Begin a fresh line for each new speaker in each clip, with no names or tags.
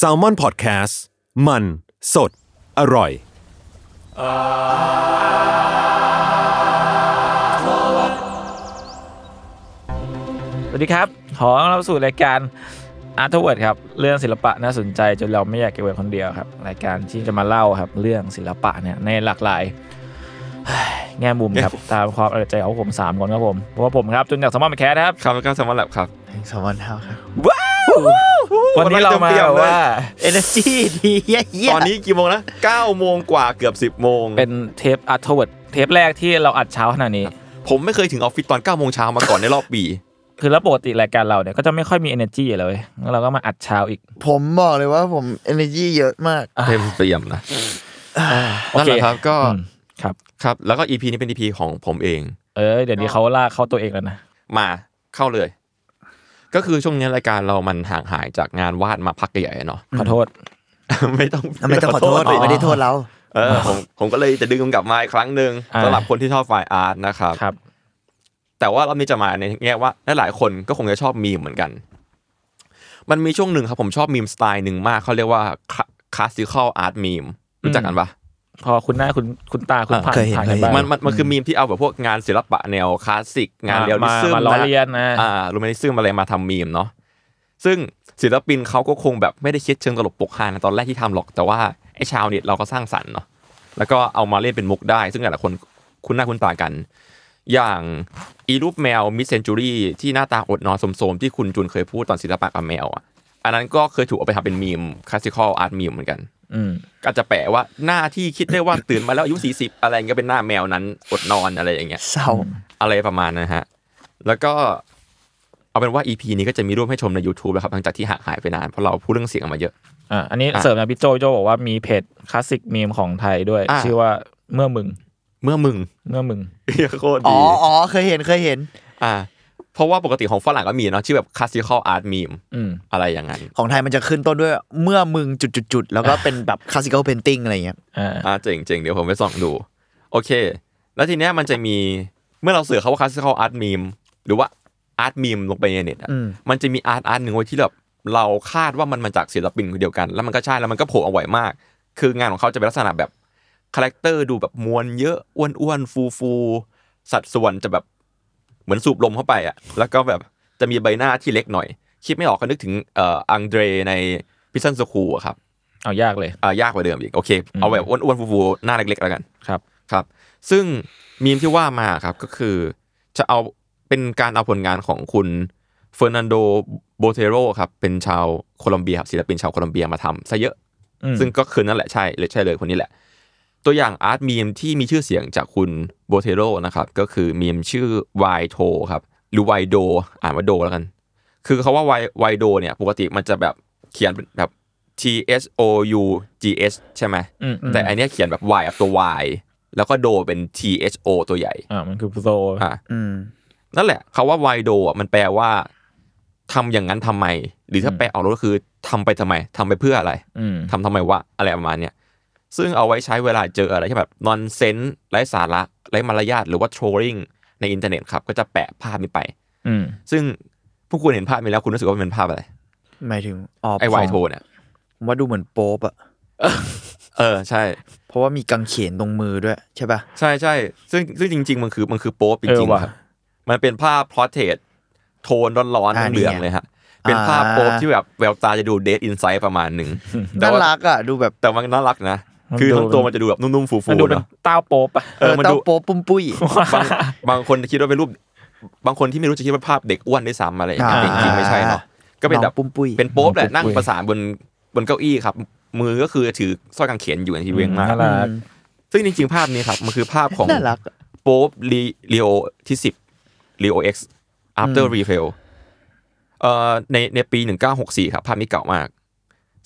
s a l m o n PODCAST มันสดอร่อย
สวัสดีครับ ขอต้อนรับสู่รายการ a r t w o r d ครับ เรื่องศิลปะน่าสนใจจนเราไม่อยากเก็บไว้คนเดียวครับ รายการที่จะมาเล่าครับ เรื่องศิลปะเนี่ยในหลากหลาย แง่มุมครับ ตามความเอาใจของผมสามคนครับผมเพราะว่าผมครับจุนจากสมอลแคส ครับ
ครับแล้วก็สมอลแลบครับ
สองวันเท่าครับ
วันนี้เรามา
วันนี้เต็มเปี่ยมเลย
ว่า
energy ดีเยี่ย
ตอนนี้กี่โมงนะ9โมงกว่าเกือบ 10โมง
เป็นเทป a r t w o r d เทปแรกที่เราอัดเช้าขนาดนี้
ผมไม่เคยถึงออฟฟิศตอน9โมงเช้ามาก่อนในรอบปี
คือแล้วปกติรายการเราเนี่ยก็จะไม่ค่อยมี energy เลยเว้ยงั้นเราก็มาอัดเช้าอีก
ผมบอกเลยว่าผม energy เยอะมาก
เต็มเปี่ยมนะ
โอ
นั่น
เค
แหละครับก็
อืมครับ
ครับ แล้วก็ EP นี้เป็น EP ของผมเอง
เอ้ยเดี๋ยวนี้เขาลากเข้าตัวเองแล้วนะ
มาเข้าเลย ก็คือช่วงนี้รายการเรามันห่างหายจากงานวาดมาพักใหญ่ๆเนาะ
ขอโทษ
ไม่ต้อง
ไม่ต้องขอโทษ
สิ
ไม่ได้โทษเรา
เออผมผมก็เลยจะดึงกลับมาอีกครั้งหนึ่ง
อ่า
สำหรับคนที่ชอบฝ่ายอาร์ตนะครับ
ครับ
แต่ว่ารอบนี้จะมาในแง่ว่าหลายๆคนก็คงจะชอบมีมเหมือนกัน มันมีช่วงหนึ่งครับผมชอบมีมสไตล์หนึ่งมากเขาเรียกว่าคลาสสิคอลอาร์ตมีมรู้จักกันปะ
พอคุณหน้าคุณคุณตาคุณ
อ่ะ
ผ่าน
เคยเห็น
ผ่าน
เค
กัน
ยเห็น
บ้าง
มันมันมันคือมีมที่เอาแบบพวกงานศิลปะแนวคลาสสิกงานเรียลลิซึม
มาล้อเลียนนะ
อ่ารูมานิซึมอะไรมาทำมีมเนาะซึ่งศิลปินเขาก็คงแบบไม่ได้คิดเชิงตลกปกฮาในตอนแรกที่ทำหรอกแต่ว่าไอ้ชาวเน็ตเราก็สร้างสรรค์เนาะแล้วก็เอามาเล่นเป็นมุกได้ ซึ่งหลายๆคนคุ้นหน้าคุ้นตากัน อย่างอีรูปแมวมิสเซนจูรี่ที่หน้าตาอดนอนสมๆ ที่คุณจุนเคยพูดตอนศิลปะกับแมวอ่ะ อันนั้นก็เคยถูกเอาไปทำเป็นมีมคลาสสิคอลอาร์ตมีมเหมือนกัน
อืม
ก็จะแปะว่าหน้าที่คิดได้ว่า ตื่นมาแล้วอายุ 40 อะไรก็เป็นหน้าแมวนั้นอดนอนอะไรอย่างเงี้ย
เศร้า
อะไรประมาณนะฮะ แล้วก็เอาเป็นว่า EP นี้ก็จะมีรูปให้ชมใน YouTube แล้วครับหลังจากที่ห่างหายไปนานเพราะเราพูดเรื่องเสียงออกมาเยอะ
อ่ะอันนี้
อ่ะ
เสริมนะพี่โจโจบอกว่ามีเพจคลาสสิกมีมของไทยด้วย
อ่ะ
ชื่อว่าเมื่อมึง
เมื่อมึง
เมื่อมึง
โคตร
อ๋
ดี
ออ๋อเคยเห็นเคยเห็น
อ่า เพราะว่าปกติของฝรั่งก็มีเนาะชื่อแบบ classical art meme
อืม
อะไรอย่างนั้น
ของไทยมันจะขึ้นต้นด้วยเมื่อมึงจุดๆๆ แล้วก็เป็นแบบ classical painting อะไรเงี้ย
อ่า
อ่าเจ๋งเจ๋งเดี๋ยวผมไปส่องดู โอเค แล้วทีเนี้ยมันจะมีเมื่อเราเสิร์ชคำว่า classical art meme หรือว่า art meme ลงไปในเน็ตอะ
อืม
มันจะมี art art หนึ่งไว้ที่แบบเราคาดว่ามันมาจากศิลปินคนเดียวกัน แล้วมันก็ใช่แล้วมันก็โผล่เอาไว้มาก คืองานของเขาจะเป็นลักษณะแบบคาแรคเตอร์ดูแบบมวลเยอะอ้วนๆฟูฟูๆสัดส่วนจะแบบเหมือนสูบลมเข้าไปอ่ะแล้วก็แบบจะมีใบหน้าที่เล็กหน่อย คิดไม่ออกก็นึกถึงเอ่ออังเดรในพิซซันสคูอะครับ
เอายากเลย
อ่ายากกว่าเดิมอีก โอเค เอาแบบอ้วนๆฟูๆหน้าเล็กๆ แล้วกัน
ครับ
ครับ ซึ่งมีมที่ว่ามาครับก็คือ จะเอาเป็นการเอาผลงานของคุณเฟอร์นันโดโบเทโรครับ เป็นชาวโคลอมเบียครับศิลปินชาวโคลอมเบียมาทำซะเยอะ
อืม
ซึ่งก็คือนั่นแหละใช่เลยใช่เลยคนนี้แหละ ตัวอย่างอาร์ตมีมที่มีชื่อเสียงจากคุณโบเทโรนะครับ ก็คือมีมชื่อไวโทครับ หรือไวโด อ่านว่าโดแล้วกัน คือเขาว่าไวไวโดเนี่ย ปกติมันจะแบบเขียนเป็นแบบ T S O U G S ใช่ไหม
อืมอืม
แต่อันเนี้ยเขียนแบบ Y กับตัว Y แล้วก็โดเป็น T H O ตัวใหญ่
อ่ามันคือโซ
อ่ะ
อืม
นั่นแหละคาว่าไวโดอ่ะมันแปลว่าทำอย่างนั้นทำไม หรือถ้าแปลออกแล้วก็คือทำไปทำไมทำไปเพื่ออะไร
อืม
ทำทำไมวะอะไรประมาณเนี้ยซึ่งเอาไว้ใช้เวลาเจออะไรที่แบบนอนเซนส์ไร้สาระไร้มารยาทหรือว่า trolling ในอินเทอร์เน็ตครับ ก็จะแปะภาพนี้ไป
อืม
ซึ่งพวกคุณเห็นภาพนี้แล้วคุณรู้สึกว่ามันเป็นภาพอะไร
หมายถึงอ๋อ
ไอไว
ของ
โทเนี่ย
ผมว่าดูเหมือนโป๊ปอะ
เออใช่
เพราะว่ามีกังเขนตรงมือด้วย ใช่ป่ะ
ใช่ใช่ซึ่งซึ่งจริง ๆ มันคือมันคือโป๊ปจ
เออ
ริง
ว่ะ
ๆครับมันเป็นภาพพอเทรตโทนร้อน
อ่า
ๆเหลืองๆ
นี่ไง
เลยฮะเป็นภาพ
อ่า
โป๊ปที่แบบแววตาจะดูเดทอินไซด์ประมาณหนึ่งแต่
น่า
ว่า
รักอะดูแบบ
แต่มันน่ารักนะ
มัน
คือทั้ง
ดู
ตัวมันจะดูแบบนุ่มๆฟู
มันดู
ๆ
เป็น
เนาะ
เต้าโป๊ปอ่ะ
เออมัน
เต้า
ดู
โป๊ปปุ้มปุ้ย
บางบางคนคิดว่าเป็นรูป บางคนที่ไม่รู้จะคิดว่าภาพเด็กอ้วนด้วยซ้ำอะไรอย่างเงี้ย
อ่า
แต่จริงๆไม่ใช่เนาะก็เป็นแบบ
น้องปุ้มปุ้ย
เป็นโป๊ปแหละนั่งประสานบนบนเก้าอี้ครับ มือก็คือถือสร้อยกางเขนอยู่ในที่เวงมาก
น่ารัก
ซึ่งจริงๆภาพนี้ครับ มันคือภาพของ
น่ารักอะ
โป๊ปลีโอที่สิบลีโอเอ็กซ์ after refill เอ่อในในปี 1964 ครับภาพนี้เก่ามาก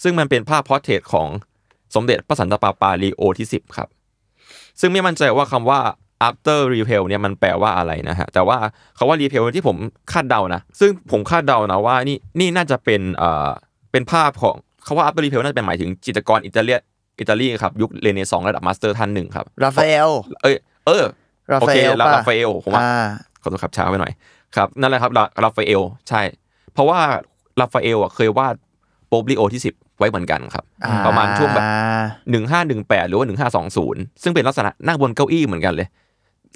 ซึ่งมันเป็นภาพพอร์เทรตของสมเด็จพระสันตะปาปาลีโอที่10 ครับ ซึ่งไม่มั่นใจว่าคำว่า after repel เนี่ยมันแปลว่าอะไรนะฮะ แต่ว่าคาว่า repel ที่ผมคาดเดานะ ซึ่งผมคาดเดานะว่านี่นี่น่าจะเป็นเอ่อเป็นภาพของคาว่า after repel น่าจะเป็นหมายถึงจิตรกรอิตาเลียอิตาลีครับยุคเรเนซองส์ระดับมาสเตอร์ท่านหนึ่งครับ
ราฟาเอล
เอยเออ
รา
โอ
ฟา
เค
เอล
แล้ว
ป่ะ
ราฟาเอลผมว่า
อ่า
ขอโทษครับช้าไปหน่อยครับนั่นแหละครับราราฟาเอลใช่ เพราะว่าราฟาเอลอ่ะเคยวาดโปบลิโอที่ 10 ไว้เหมือนกันครับ
อ่
ประมาณช่วงแบบ 1518 หรือว่า1520 ซึ่งเป็นลักษณะนั่งบนเก้าอี้เหมือนกันเลย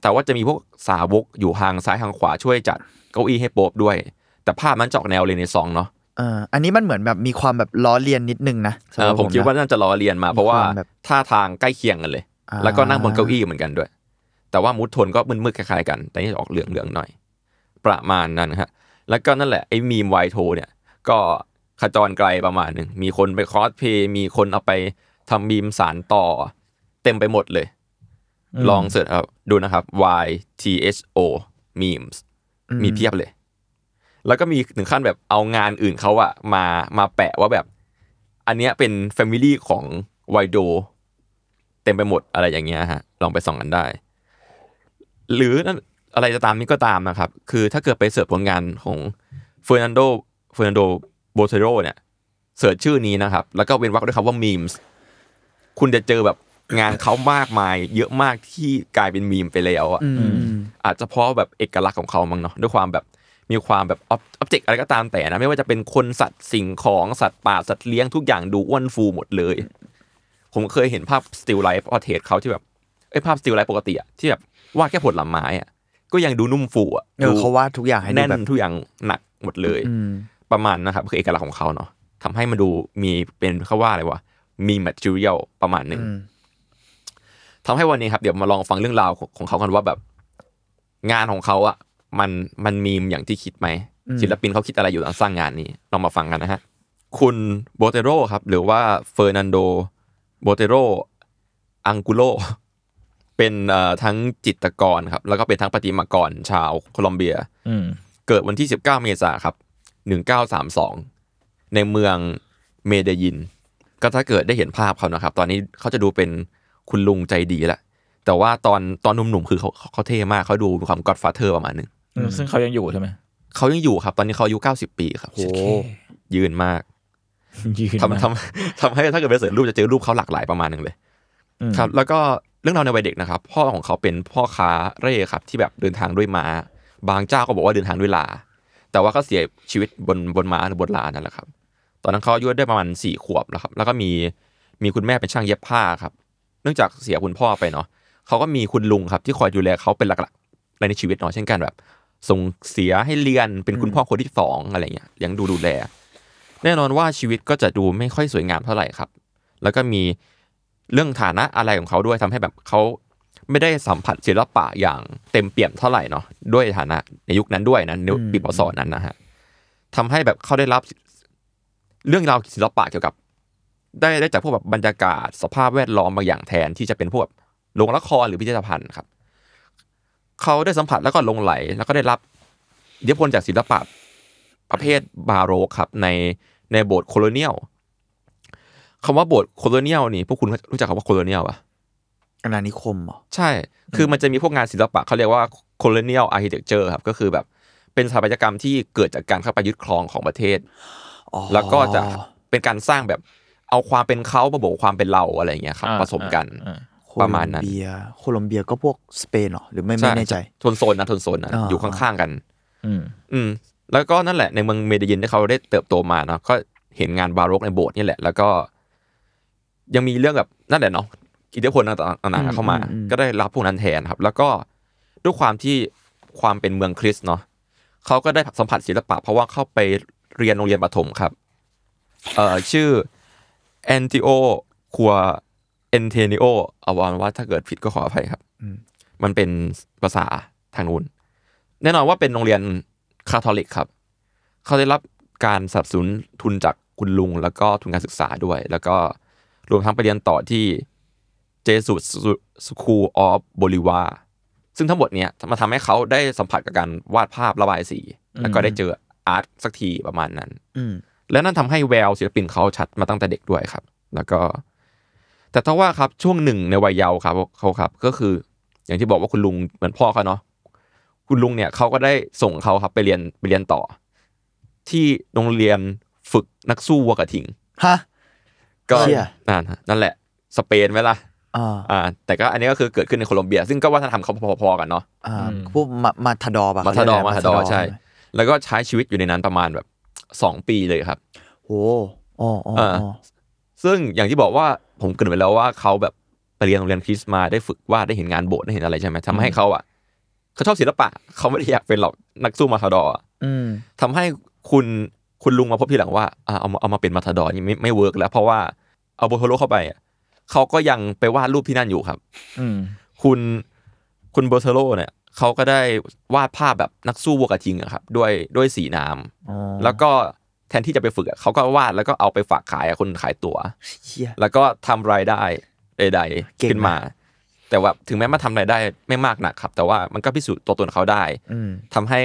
แต่ว่าจะมีพวกสาวกอยู่ทางซ้ายทางขวาช่วยจัดเก้าอี้ให้โป๊บด้วย แต่ภาพมันจะออกแนวเรเนซองส์เนาะ
เอออันนี้มันเหมือนแบบมีความแบบล้อเลียนนิดนึงนะสำห
เอ
รั
อบผมคิดว่า
นะ
น่าจะล้อเลียนมา เพราะว่า
ความแบบ
ท่าทางใกล้เคียงกันเลย
อ่า
แล้วก็นั่งบนเก้าอี้เหมือนกันด้วย แต่ว่ามูดโทนก็มึนๆคล้ายๆกัน แต่นี่จะออกเหลืองๆหน่อย ประมาณนั้นฮะ แล้วก็นั่นแหละไอ้มีมไวโทเนี่ย ก็ขจรไกลประมาณหนึ่ง มีคนไปคอสเพลย์มีคนเอาไปทำมีมสารต่อ เต็มไปหมดเลย
ม
ลองเสิร์ชเอาดูนะครับ y t h o memes
อื
มีเพียบเลย แล้วก็มีถึงขั้นแบบเอางานอื่นเขาอะมามาแปะว่าแบบ อันเนี้ยเป็นแฟมิลี่ของไวโดเต็มไปหมดอะไรอย่างเงี้ยฮะ ลองไปส่องกันได้ หรือนั่นอะไรจะตามนี้ก็ตามนะครับ คือถ้าเกิดไปเสิร์ชผลงานของเฟอร์นันโดเฟอร์นันโดโบเทโรเนี่ย เสิร์ชชื่อนี้นะครับ แล้วก็เว้นวรรคด้วยครับว่ามีมส์คุณจะเจอแบบงานเขามากมาย เยอะมากที่กลายเป็นมีมไปแล้วอะ
อืมอืม
อาจจะเพราะแบบเอกลักษณ์ของเขามั้งเนาะด้วยความแบบมีความแบบออบเจกต์อะไรก็ตามแต่นะ ไม่ว่าจะเป็นคนสัตว์สิ่งของสัตว์ป่าสัตว์เลี้ยงทุกอย่างดูอ้วนฟูหมดเลย ผมเคยเห็นภาพสติลไลฟ์พอเทสเขาที่แบบไอ้ยภาพสติลไลฟ์ปกติอะที่แบบวาดแค่ผลไม้อะก็ยังดูนุ่มฟูอะ
เออ
ดู
เขาวาดทุกอย่างให้ดู
แน่น
แบบ
ทุกอย่างหนักหมดเลย
อืม
ประมาณนะครับ คือเอกลักษณ์ของเขาเนาะทำให้มันดูมีเป็นเขาว่าอะไรวะมีแมทเทียลประมาณหนึ่ง
อืม
ทำให้วันนี้ครับเดี๋ยวมาลองฟังเรื่องราวของของเขากันว่าแบบ งานของเขาอ่ะมันมันมีมอย่างที่คิดไหม
อืม
ศิลปินเขาคิดอะไรอยู่หลังสร้างงานนี้ลองมาฟังกันนะฮะ คุณโบเตโรครับ หรือว่าเฟอร์นันโดโบเตโรอังกุโล เป็นเอ่อทั้งจิตรกรครับ แล้วก็เป็นทั้งประติมากรชาวโคลอมเบีย
อืม
เกิดวันที่ 19 เมษายนครับ 1932 ในเมืองเมเดยิน ก็ถ้าเกิดได้เห็นภาพเขานะครับ ตอนนี้เขาจะดูเป็นคุณลุงใจดีละ แต่ว่าตอนตอนหนุ่มๆ คือเขาเขาเขาเท่มาก เขาดูมีความก็อดฟาเธอร์ประมาณหนึง
ซึ่งเขายังอยู่ใช่ไหม
เขายังอยู่ครับ ตอนนี้เขาอายุ 90 ปีครับยืนมาก
ยืน
ทำทำทำให้ถ้าเกิดไปเสิร์ชรูปจะเจอรูปเขาหลากหลายประมาณหนึ่งเลย ครับแล้วก็เรื่องราวในวัยเด็กนะครับ พ่อของเขาเป็นพ่อค้าเร่ครับที่แบบเดินทางด้วยม้า บางเจ้าก็บอกว่าเดินทางด้วยลา แต่ว่าก็เสียชีวิตบนบนม้าหรือบนลานั่นแหละครับ ตอนนั้นเขาอายุได้ประมาณสี่ขวบแล้วครับ แล้วก็มีมีคุณแม่เป็นช่างเย็บผ้าครับ เนื่องจากเสียคุณพ่อไปเนาะเขาก็มีคุณลุงครับที่คอยดูแลเขาเป็นหลักๆในชีวิตเนาะเช่นกันแบบส่งเสียให้เรียนเป็นคุณพ่อคนที่สองอะไรเงี้ยเลี้ยังดูดูแล แน่นอนว่าชีวิตก็จะดูไม่ค่อยสวยงามเท่าไหร่ครับ แล้วก็มีเรื่องฐานะอะไรของเขาด้วยทำให้แบบเขาไม่ได้สัมผัสศิลปะอย่างเต็มเปี่ยมเท่าไหร่เนาะด้วยฐานะในยุคนั้นด้วยนะในปีพศนั้นนะฮะทำให้แบบเขาได้รับเรื่องราวศิลปะเกี่ยวกับ ได้ได้จากพวกแบบบรรยากาศสภาพแวดล้อมบางอย่างแทนที่จะเป็นพวกแบบโรงละครหรือพิพิธภัณฑ์ครับ เขาได้สัมผัสแล้วก็หลงไหล แล้วก็ได้รับอิทธิพลจากศิลปะ ประเภทบาโรกครับในในโบสถ์โคโลเนียลคำว่าโบสถ์โคโลเนียลนี่พวกคุณรู้จักคำว่าโคโลเนียลปะ
อาณานิคมเหรอ
ใช่ คือมันจะมีพวกงานศิลปะเขาเรียกว่าโคโลเนียลอาร์ t ิเท t เจอร์ครับ ก็คือแบบเป็นสถาปัตยกรรมที่เกิดจากการเข้าไปยึดครองของประเทศ
อ๋อ
แล้วก็จะเป็นการสร้างแบบเอาความเป็นเขามาบวกความเป็นเราอะไรอย่างเงี้ยครับผสมกัน
โคลอ
ประมาณนั้น
เบียโคลอมเบียก็พวกสเปนเหรอหรือไม่ไม่
ช่
แน่ใจ
ทนโซนนะทนโซนนะ
อ่า
อยู่ข้างๆกัน
อืม
อืมแล้วก็นั่นแหละในเมืองเมดิยินที่เขาได้เติบโตมาเนาะก็เห็นงานบาโรกในโบสถ์นี่แหละ แล้วก็ ยังมีเรื่องแบบนั่นแหละเนาะอิทธิพลต่างๆเข้ามา
อืมอืม
ก็ได้รับพวกนั้นแทนครับ แล้วก็ด้วยความที่ความเป็นเมืองคริสต์เนาะเขาก็ได้สัมผัสศิลปะ เพราะว่าเข้าไปเรียนโรงเรียนประถมครับเอ่อชื่อแอนติโอครัวเอนเทนิโอเอาวานว่าถ้าเกิดผิดก็ขออภัยครับ มันเป็นภาษาทางนู้น แน่นอนว่าเป็นโรงเรียนคาทอลิกครับ เขาได้รับการสนับสนุนทุนจากคุณลุง แล้วก็ทุนการศึกษาด้วย แล้วก็รวมทั้งไปเรียนต่อที่เจสุสสคูลออฟบริวาซึ่งทั้งหมดเนี้ยมาทำให้เขาได้สัมผัสกับการวาดภาพระบายสี แล้วก็ได้เจอ อาร์ตสักทีประมาณนั้น
อืม
แล้วนั่นทำให้แววศิลปินเขาชัดมาตั้งแต่เด็กด้วยครับ แล้วก็ แต่ถ้าว่าครับช่วงหนึ่งในวัยเยาว์ครับเขาครับ ก็คือ อย่างที่บอกว่าคุณลุงเหมือนพ่อเขาเนาะคุณลุงเนี่ยเขาก็ได้ส่งเขาครับไปเรียนไปเรียนต่อ ที่โรงเรียนฝึกนักสู้วัวกระทิง
ฮะ
ก็
เชี่ย
นั่นฮะนั่นแหละ สเปนไหมล่ะ
อ่า
อ่า แต่ก็อันนี้ก็คือเกิดขึ้นในโคลอมเบีย ซึ่งก็วัฒนธรรมเขาพอๆกันเนาะ
อ่า
อืม
พวกมามาทาดอร์ป่ะ
มาทาดอร์
เข
มา
เรียกะไร
ทาดอร์ใช่
ไหม
แล้วก็ใช้ชีวิตอยู่ในนั้นประมาณแบบสองปีเลยครับ
โอ้อ๋ออ๋ออ๋อ
ซึ่งอย่างที่บอกว่าผมเกรินไว้แล้วว่าเขาแบบไปเรียนโรงเรียนคริสต์มาได้ฝึกวาดได้เห็นงานโบสถ์ได้เห็นอะไรใช่ไหมทำให้เขาอ่ะเขาชอบศิลปะ เขาไม่ได้อยากเป็นหรอกนักสู้มาทาดอร์อะ
อืม
ทำให้คุณคุณลุงมาพบทีหลังว่าอ่ะเอามาเอามาเป็นมาทาดอร์นี่ไม่ไม่เวิร์กแล้ว เพราะว่าเอาโบโทโรเข้าไปอะเขาก็ยังไปวาดรูปที่นั่นอยู่ครับ
อืม
คุณคุณโบโทโรเนี่ยเขาก็ได้วาดภาพแบบนักสู้วัวกระทิงอะครับด้วยด้วยสีน้ำ
อ๋อ
แล้วก็แทนที่จะไปฝึกอะเขาก็วาดแล้วก็เอาไปฝากขายอะคนขายตั๋ว
เชี่ย
แล้วก็ทำรายได้ใดๆ
เก่ง
ขึ้นมา แต่ว่าถึงแม้มาทำรายได้ไม่มากนักครับ แต่ว่ามันก็พิสูจน์ตัวตนเขาได้
อืม
ทำให้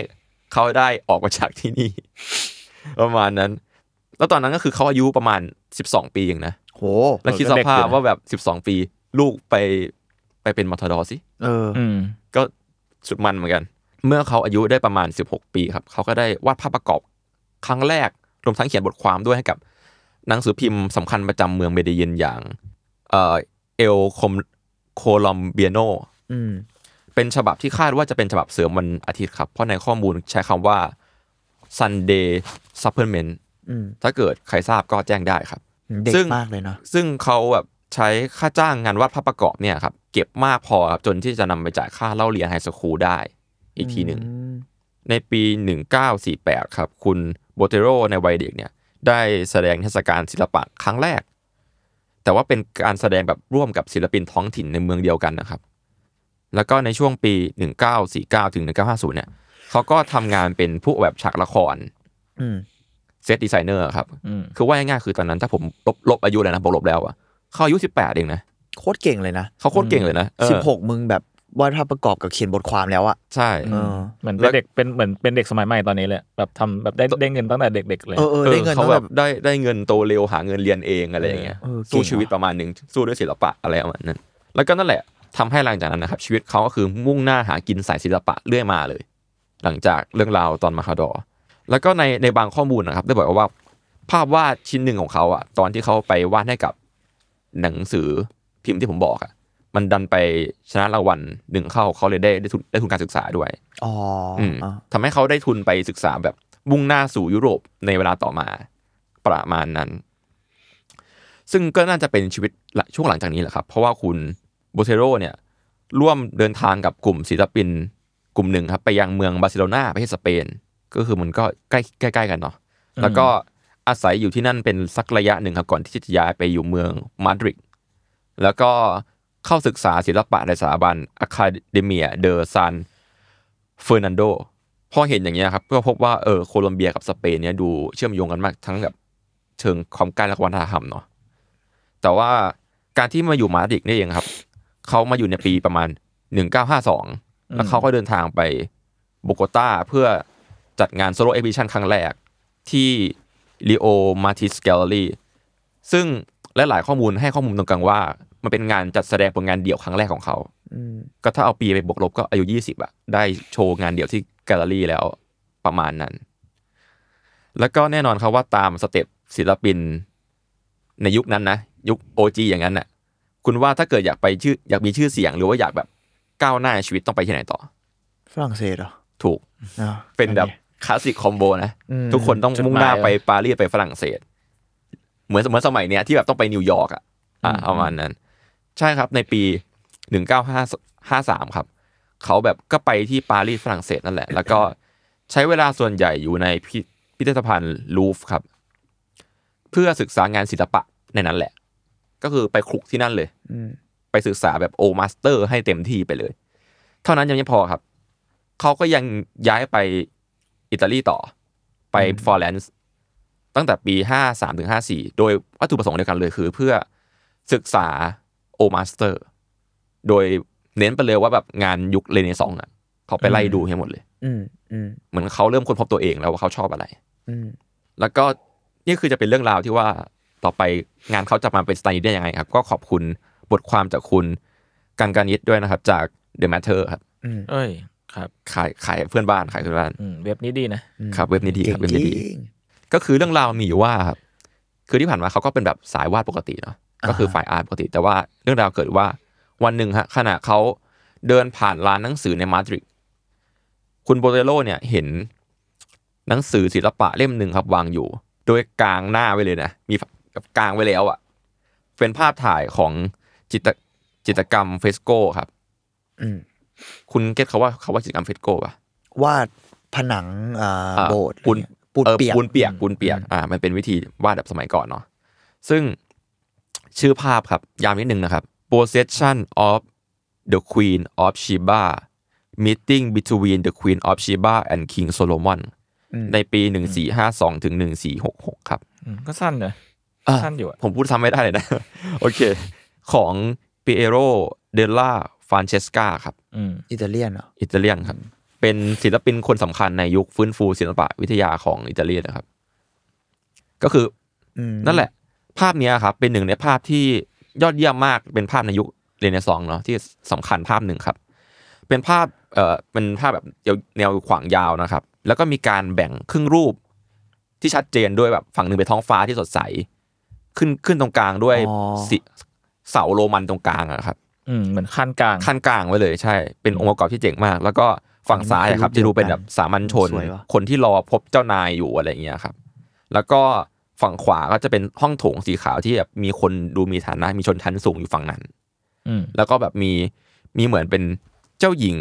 เขาได้ออกมาจากที่นี่ ประมาณนั้น แล้วตอนนั้นก็คือเขาอายุประมาณ 12 ปีเองนะ
โห
แล้วคิดสภาพว่าแบบ 12 ปี ลูกไปไปเป็นมอทอดอร์สิ
เออ
อืม
ก็สุดมันเหมือนกัน เมื่อเขาอายุได้ประมาณ 16 ปีครับ เขาก็ได้วาดภาพประกอบครั้งแรก รวมทั้งเขียนบทความด้วยให้กับหนังสือพิมพ์สำคัญประจำเมืองเมดิเยนอย่างเอ่อเอลคอมโคลอมเบียโน
อืม
เป็นฉบับที่คาดว่าจะเป็นฉบับเสริมวันอาทิตย์ครับ เพราะในข้อมูลใช้คำว่า Sunday Supplement
อืม
ถ้าเกิดใครทราบก็แจ้งได้ครับ
เด็ก
ซึ่ง
มากเลยเนาะ
ซึ่งเขาแบบใช้ค่าจ้างงานวาดภาพประกอบเนี่ยครับเก็บมากพอครับจนที่จะนำไปจ่ายค่าเล่าเรียนไฮสคูลได้อีกทีหนึ่ง ในปี 1948 ครับ คุณโบเทโรในวัยเด็กเนี่ย ได้แสดงเทศกาลศิลปะครั้งแรก แต่ว่าเป็นการแสดงแบบร่วมกับศิลปินท้องถิ่นในเมืองเดียวกันนะครับ แล้วก็ในช่วงปี 1949 ถึง 1950 เนี่ยเขาก็ทำงานเป็นผู้ออกแบบฉากละคร
อืม
เซตดีไซเนอร์ครับ
อืม
คือว่าง่ายๆคือตอนนั้นถ้าผมลบลบอายุเลยนะบวกลบแล้วอะเขาอายุ 18 เองนะ
โคตรเก่งเลยนะ
เขาโคตรเก่งเลยนะเออ
สิบหกมึงแบบวาดภาพประกอบกับเขียนบทความแล้วอะ
ใช่
เออ
เหมือน
แล้
เป็น
ว
เด็กเป็นเหมือนเป็นเด็กสมัยใหม่ตอนนี้เลยแบบทำแบบได้ได้เงินตั้งแต่เด็กๆเลย
เออเออได้เงิน
เขา
แล้ว
แบ
แบบ บ
ได้ได้เงินโตเร็วหาเงินเรียนเองอะไรอย่างเงี้ย
เออเก่ง
สู้ชีวิต
ว่ะ
ประมาณหนึ่งสู้ด้วยศิลปะอะไรประมาณนั้น แล้วก็นั่นแหละทำให้หลังจากนั้นนะครับ ชีวิตเขาก็คือมุ่งหน้าหากินสายศิลปะเรื่อยมาเลย หลังจากเรื่องราวตอนมาคาดอร์แล้วก็ในในบางข้อมูลนะครับ ได้บอกว่า ภาพวาดชิ้นหนึ่งของเขาอะตอนที่เขาไปวาดให้กับหนังสือพิมพ์ที่ผมบอกอะมันดันไปชนะรางวัลหนึ่งเข้าเขาเลยได้ได้ทุนได้ทุนการศึกษาด้วย
อ๋ออ
อืม
อ่ะ
ทำให้เขาได้ทุนไปศึกษาแบบมุ่งหน้าสู่ยุโรปในเวลาต่อมาประมาณนั้น ซึ่งก็น่าจะเป็นชีวิตละช่วงหลังจากนี้แหละครับ เพราะว่าคุณโบเทโรเนี่ยร่วมเดินทางกับกลุ่มศิลปินกลุ่มหนึ่งครับ ไปยังเมืองบาร์เซโลนาประเทศสเปน ก็คือมันก็ใกล้ใกล้ๆกันเนาะแล้วก็อาศัยอยู่ที่นั่นเป็นสักระยะหนึ่งครับก่อนที่จะย้ายไปอยู่เมืองมาดริด แล้วก็เข้าศึกษาศิลปะในสถาบัน Academia de San Fernando พอเห็นอย่างเงี้ยครับก็พบว่าเออโคลอมเบียกับสเปนเนี่ยดูเชื่อมโยงกันมากทั้งแบบเชิงความใกล้และวัฒนธรรมเนาะแต่ว่าการที่มาอยู่มาดริดเนี่ยเองครับ เขามาอยู่ในปีประมาณ 1952 แล้วเขาก็เดินทางไปโบโกตาเพื่อจัดงานโซโลเอ็ก i ิชันครั้งแรกที่ลีโอมาติสแกลเลอรี่ ซึ่งลหลายๆข้อมูลให้ข้อมูลตรงกลางว่า มันเป็นงานจัดแสดงผลงานเดี่ยวครั้งแรกของเขา
อืม
ก็ถ้าเอาปีไปบวกลบก็อายุ 20อะได้โชว์งานเดี่ยวที่แกลเลอรี่แล้วประมาณนั้น แล้วก็แน่นอนครับว่าตามสเต็ปศิลปินในยุคนั้นนะ ยุค OG อย่างนั้นน่ะคุณว่าถ้าเกิดอยากไปชื่ออยากมีชื่อเสียงหรือว่าอยากแบบก้าวหน้าในชีวิตต้องไปที่ไหนต่อ
ฝรั่งเศสเหรอ
ถูก
อ่ะ
เป็นแบบ
โอค
คลาสสิกคอมโบนะ
อืม
ทุกคนต้องมุ่งหน้า
จุดหมาย
ไปปารีสไปฝรั่งเศส เหมือนเหมือนสมัยเนี้ยที่แบบต้องไปนิวยอร์กอ่ะอ่าประมาณนั้น ใช่ครับในปี 1953 ครับ เขาแบบก็ไปที่ปารีสฝรั่งเศสนั่นแหละ แล้วก็ใช้เวลาส่วนใหญ่อยู่ในพิพิพิธภัณฑ์ลูฟร์ครับ เพื่อศึกษางานศิลปะในนั้นแหละ ก็คือไปคลุกที่นั่นเลย
อืม
ไปศึกษาแบบโอมาสเตอร์ให้เต็มที่ไปเลย เท่านั้นยังไม่พอครับ เขาก็ยังย้ายไปอิตาลีต่อ ไปฟลอเรนซ์ตั้งแต่ปี 53ถึง54 โดยวัตถุประสงค์เดียวกันเลยคือเพื่อศึกษาโอมาสเตอร์ โดยเน้นไปเลยว่าแบบงานยุคเรเนซองส์อ่ะเขาไปไล่ดูให้หมดเลย
อืมอื อืม
เหมือนเขาเริ่มค้นพบตัวเองแล้วว่าเขาชอบอะไร
อืม
แล้วก็นี่คือจะเป็นเรื่องราวที่ว่าต่อไปงานเขาจะมาเป็นสไตล์นี้ได้ยังไงครับ ก็ขอบคุณบทความจากคุณกันการยิตด้วยนะครับ จาก The Matter ครับ
อืม
เอ้ยครับ
ขายขายเพื่อนบ้านขายเพื่อนบ้าน
อืมเว็บนี้ดีนะ
ครับเว็บนี้ดีครับเว็บนี้ดี
จง
ก็คือเรื่องราวมีอยู่ว่าครับคือที่ผ่านมาเขาก็เป็นแบบสายวาดปกติเนาะก็คือฝ่ายอาร์ตปกติ แต่ว่าเรื่องราวเกิดว่าวันหนึ่งฮะขณะเขาเดินผ่านร้านหนังสือในมาดริดคุณโบเตโลเนี่ยเห็นหนังสือศิลปะเล่มหนึ่งครับวางอยู่ โดยกลางหน้าไว้เลยนะมีแบบกลางไว้แล้วอ่ะเป็นภาพถ่ายของจิตรจิตรกรรมเฟสโก้ครับ
อืม
คุณเก็ตเขาว่าเขาว่าจิตรกรรมเฟสโก้ปะ
วาดผนังอ่า
อ่า
โบสถ์
ปูน
ปูนเปียก
ปูนเปียกปูนเปียกอ่ามันเป็นวิธีวาดแบบสมัยก่อนเนาะซึ่งชื่อภาพครับ ยามนิดนึงนะครับ possession of the queen of Sheba meeting between the queen of Sheba and King Solomon ในปี 1452ถึง1466 ครับ
อืมก็สั้นเนอะ
อ่ะ
สั้นอยู่อะ
ผมพูดซ้ำไม่ได้เลยนะ โอเค ของ Piero della Francesca ครับ
อืม
อิตาเลียนเหรอ
อิตาเลียนครับ เป็นศิลปินคนสำคัญในยุคฟื้นฟูศิลปะวิทยาของอิตาลีนะครับ ก็คือ
อืม
นั่นแหละ ภาพเนี้ยครับ เป็นหนึ่งในภาพที่ยอดเยี่ยมมากเป็นภาพในยุคเรเนซองส์เนาะที่สำคัญภาพหนึ่งครับ เป็นภาพเอ่อเป็นภาพแบบแนวขวางยาวนะครับ แล้วก็มีการแบ่งครึ่งรูปที่ชัดเจนด้วยแบบฝั่งหนึ่งเป็นท้องฟ้าที่สดใส ขึ้นขึ้นตรงกลางด้วยสิเสาโรมันตรงกลางอะครับ
อืมเหมือนขั้นกลาง
ขั้นกลางไว้เลยใช่ เป็นองค์ประกอบที่เจ๋งมาก แล้วก็ฝั่งซ้ายอะครับจะดูเป็นแบบสามัญชน คนที่รอพบเจ้านายอยู่อะไรอย่างเงี้ยครับ แล้วก็ฝั่งขวาก็จะเป็นห้องโถงสีขาวที่แบบมีคนดูมีฐานะมีชนชั้นสูงอยู่ฝั่งนั้น
อืม
แล้วก็แบบมีมีเหมือนเป็นเจ้าหญิง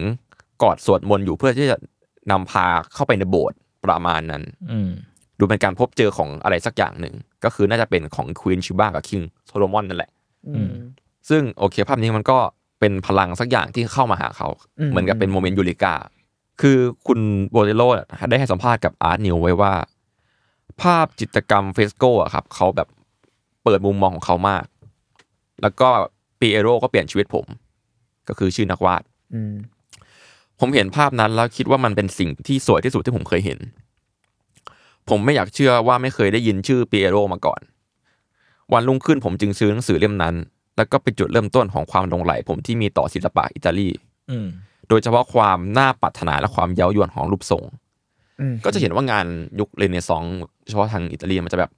กอดสวดมนต์อยู่เพื่อที่จะนำพาเข้าไปในโบสถ์ประมาณนั้น
อืม
ดูเป็นการพบเจอของอะไรสักอย่างหนึ่ง ก็คือน่าจะเป็นของควีนชิบ้ากับคิงโซโลมอนนั่นแหละ
อืม
ซึ่งโอเคภาพนี้มันก็เป็นพลังสักอย่างที่เข้ามาหาเขา เหมือนกับเป็นโมเมนต์ยูริกา คือคุณโบเตโลได้ให้สัมภาษณ์กับอาร์ตนิวไว้ว่า ภาพจิตรกรรมเฟสโกอะครับเขาแบบเปิดมุมมองของเขามาก แล้วก็ปีเอโรก็เปลี่ยนชีวิตผม ก็คือชื่อนักวาด
อืม
ผมเห็นภาพนั้นแล้วคิดว่ามันเป็นสิ่งที่สวยที่สุดที่ผมเคยเห็น ผมไม่อยากเชื่อว่าไม่เคยได้ยินชื่อปีเอโรมาก่อน วันรุ่งขึ้นผมจึงซื้อหนังสือเล่มนั้น แล้วก็เป็นจุดเริ่มต้นของความหลงไหลผมที่มีต่อศิลปะอิตาลี
อืม
โดยเฉพาะความน่าปรารถนาและความเย้ายวนของรูปทรง
อืม
ก็จะเห็นว่างานยุคเรเนซองส์เฉพาะทางอิตาลีมันจะแบบ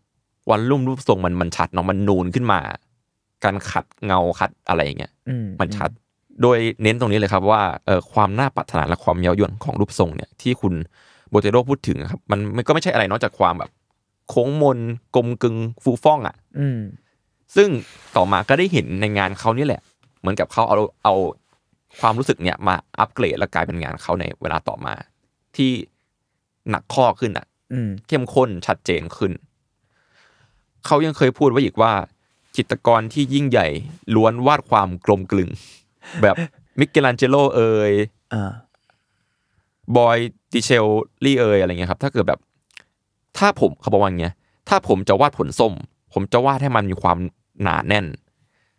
วันรุ่มรูปทรงมันมันชัดเนาะมันนูนขึ้นมา การขัดเงาขัดอะไรอย่างเงี้ย
อืม
มันชัด โดยเน้นตรงนี้เลยครับว่าเอ่อความน่าปรารถนาและความเย้ายวนของรูปทรงเนี่ยที่คุณโบเตโรพูดถึงอะครับมันมันก็ไม่ใช่อะไรนอกจากความแบบ โค้งมนกลมกึงฟูฟ่องอ่ะ
อืม
ซึ่งต่อมาก็ได้เห็นในงานเขานี่แหละ เหมือนกับเขาเอาเอาความรู้สึกเนี่ยมาอัปเกรดแล้วกลายเป็นงานเขาในเวลาต่อมา ที่หนักข้อขึ้นอ่ะ
อืม
เข้มข้นชัดเจนขึ้น เขายังเคยพูดไว้อีกว่า จิตรกรที่ยิ่งใหญ่ล้วนวาดความกลมกลึง แบบมิเกลันเจโลเอ่ย
อ่า
บอยดิเชลลี่เอ่ยอะไรเงี้ยครับ ถ้าเกิดแบบ ถ้าผมเขาบอกว่าอย่างเงี้ยถ้าผมจะวาดผลส้ม ผมจะวาดให้มันมีความหนาแน่น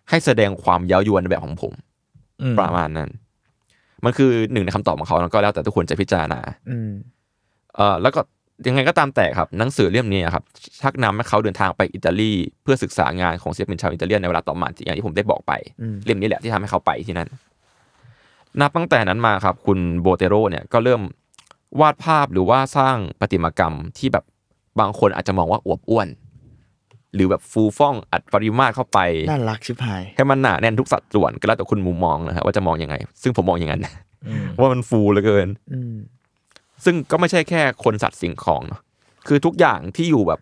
ให้แสดงความเย้ายวนในแบบของผม
อืม
ประมาณนั้น มันคือหนึ่งในคำตอบของเขาแล้วก็แล้วแต่ทุกคนจะพิจารณา
อืม
เอ่อแล้วก็ยังไงก็ตามแต่ครับหนังสือเล่มนี้ครับชักนำให้เขาเดินทางไปอิตาลี เพื่อศึกษางานของศิลปินชาวอิตาเลียนในเวลาต่อมาอย่างที่ผมได้บอกไป
อืม
เล่มนี้แหละที่ทำให้เขาไปที่นั่น นับตั้งแต่นั้นมาครับ คุณโบเตโรเนี่ยก็เริ่มวาดภาพหรือว่าสร้างประติมากรรมที่แบบบางคนอาจจะมองว่าอวบอ้วน หรือแบบฟูฟ่องอัดปริมาตรเข้าไป
น่ารักชิบหาย
ให้มันหนาแน่นทุกสัดส่วนก็แล้วแต่คุณมุมมองนะฮะว่าจะมองยังไง ซึ่งผมมองอย่างนั้น
อืม
ว่ามันฟูเหลือเกิน
อืม
ซึ่งก็ไม่ใช่แค่คนสัตว์สิ่งของเนอะคือทุกอย่างที่อยู่แบบ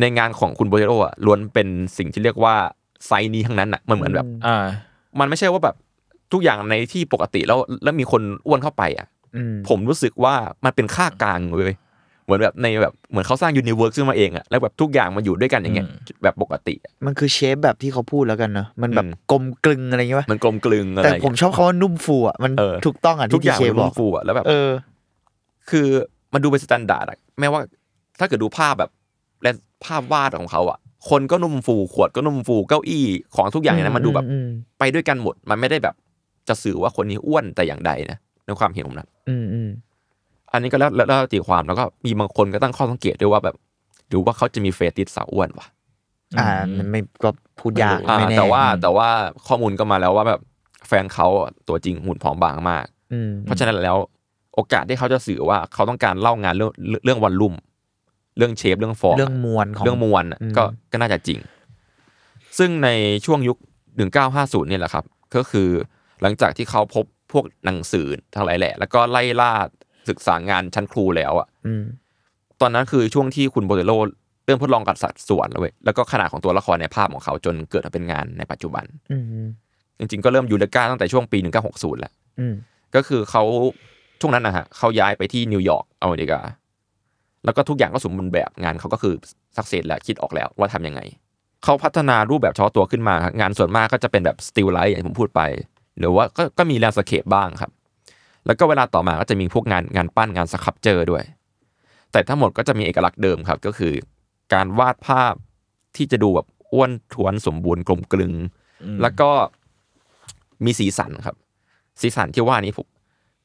ในงานของคุณโบเจโร่อะล้วนเป็นสิ่งที่เรียกว่าไซส์นี้ทั้งนั้นอะมันเหมือนแบบ
อ่า
มันไม่ใช่ว่าแบบทุกอย่างในที่ปกติแล้วแล้วมีคนอ้วนเข้าไปอะ
อืม
ผมรู้สึกว่ามันเป็นค่ากลางเลยเหมือนแบบในแบบเหมือนเขาสร้างยูนิเวิร์สขึ้นมาเองอะแล้วแบบทุกอย่างมาอยู่ด้วยกันอย่างเงี้ยแบบปกติอะ
มันคือเชฟแบบที่เขาพูดแล้วกันเนอะมันแบบ
อืม
กลมกลึงอะไรอย่างเงี้ยปะ
มันกลมกลึงอะไร
แต่
อย่าง
ผม
เงี้ย
ชอบคำว่านุ่มฟูอ่ะมัน
เออ
ถูกต้องอ่ะ
ทุก
ที่
อ
ที่
ย่าง
เชฟ
มัน
บ
มั
อน ก
ฟูอะแล้วแบบ
เออ
คือมันดูเป็นสแตนดาร์ดอะแม้ว่าถ้าเกิดดูภาพแบบและภาพวาดของเขาอะคนก็นุ่มฟู ขวดก็นุ่มฟู เก้าอี้ของทุกอย่างในนั้นมันดูแบบ
อืม
ไปด้วยกันหมด มันไม่ได้แบบจะสื่อว่าคนนี้อ้วนแต่อย่างใดนะในความเห็นผมนะ
อืมอืม
อันนี้ก็แล้วแล้วแล้วแต่ตีความแล้วก็มีบางคนก็ตั้งข้อสังเกตด้วยว่าแบบหรือว่าเขาจะมีเฟติสสาวอ้วนวะ
อ่ามันไม่ก็พูดยาก
อ่า
ไม่น่
แต่ว่าแต่ว่าข้อมูลก็มาแล้วว่าแบบแฟนเขาอ่ะตัวจริงหุ่นผอมบางมาก
อืม
เพราะฉะนั้นแล้วโอกาสที่เขาจะสื่อว่าเขาต้องการเล่างานเรื่องเรื่องวันลุ่ม เรื่องเชฟเรื่องฟอร์ม
เรื่องมวลของ
เรื่องมวลน่ะ
อืม
ก็ก็น่าจะจริง ซึ่งในช่วงยุค 1950 เนี่ยแหละครับ ก็คือหลังจากที่เขาพบพวกหนังสือทั้งหลายแหละ แล้วก็ไล่ล่าศึกษางานชั้นครูแล้วอะ
อืม
ตอนนั้นคือช่วงที่คุณโบเตโลเริ่มทดลองกัดสัดส่วนแล้วเว้ยแล้วก็ขนาดของตัวละครในภาพของเขาจนเกิดมาเป็นงานในปัจจุบัน
อืม
จริง ๆ ก็เริ่มยูเลก้าตั้งแต่ช่วงปี 1960 แล้ว
อืม
ก็คือเขาช่วงนั้นนะฮะเขาย้ายไปที่นิวยอร์กอเมริกา แล้วก็ทุกอย่างก็สมบูรณ์แบบงานเขาก็คือสักเซสแล้วคิดออกแล้วว่าทำยังไง เขาพัฒนารูปแบบเฉพาะตัวขึ้นมาครับงานส่วนมากก็จะเป็นแบบสติลไลท์อย่างที่ผมพูดไป หรือว่าก็ก็มีแลนสเคปบ้างครับ แล้วก็เวลาต่อมาก็จะมีพวกงานงานปั้นงานสครับเจอด้วย แต่ทั้งหมดก็จะมีเอกลักษณ์เดิมครับ ก็คือ การวาดภาพที่จะดูแบบอ้วนทวนสมบูรณ์กลมกลึง แล้วก็มีสีสันครับ สีสันที่ว่านี้ผม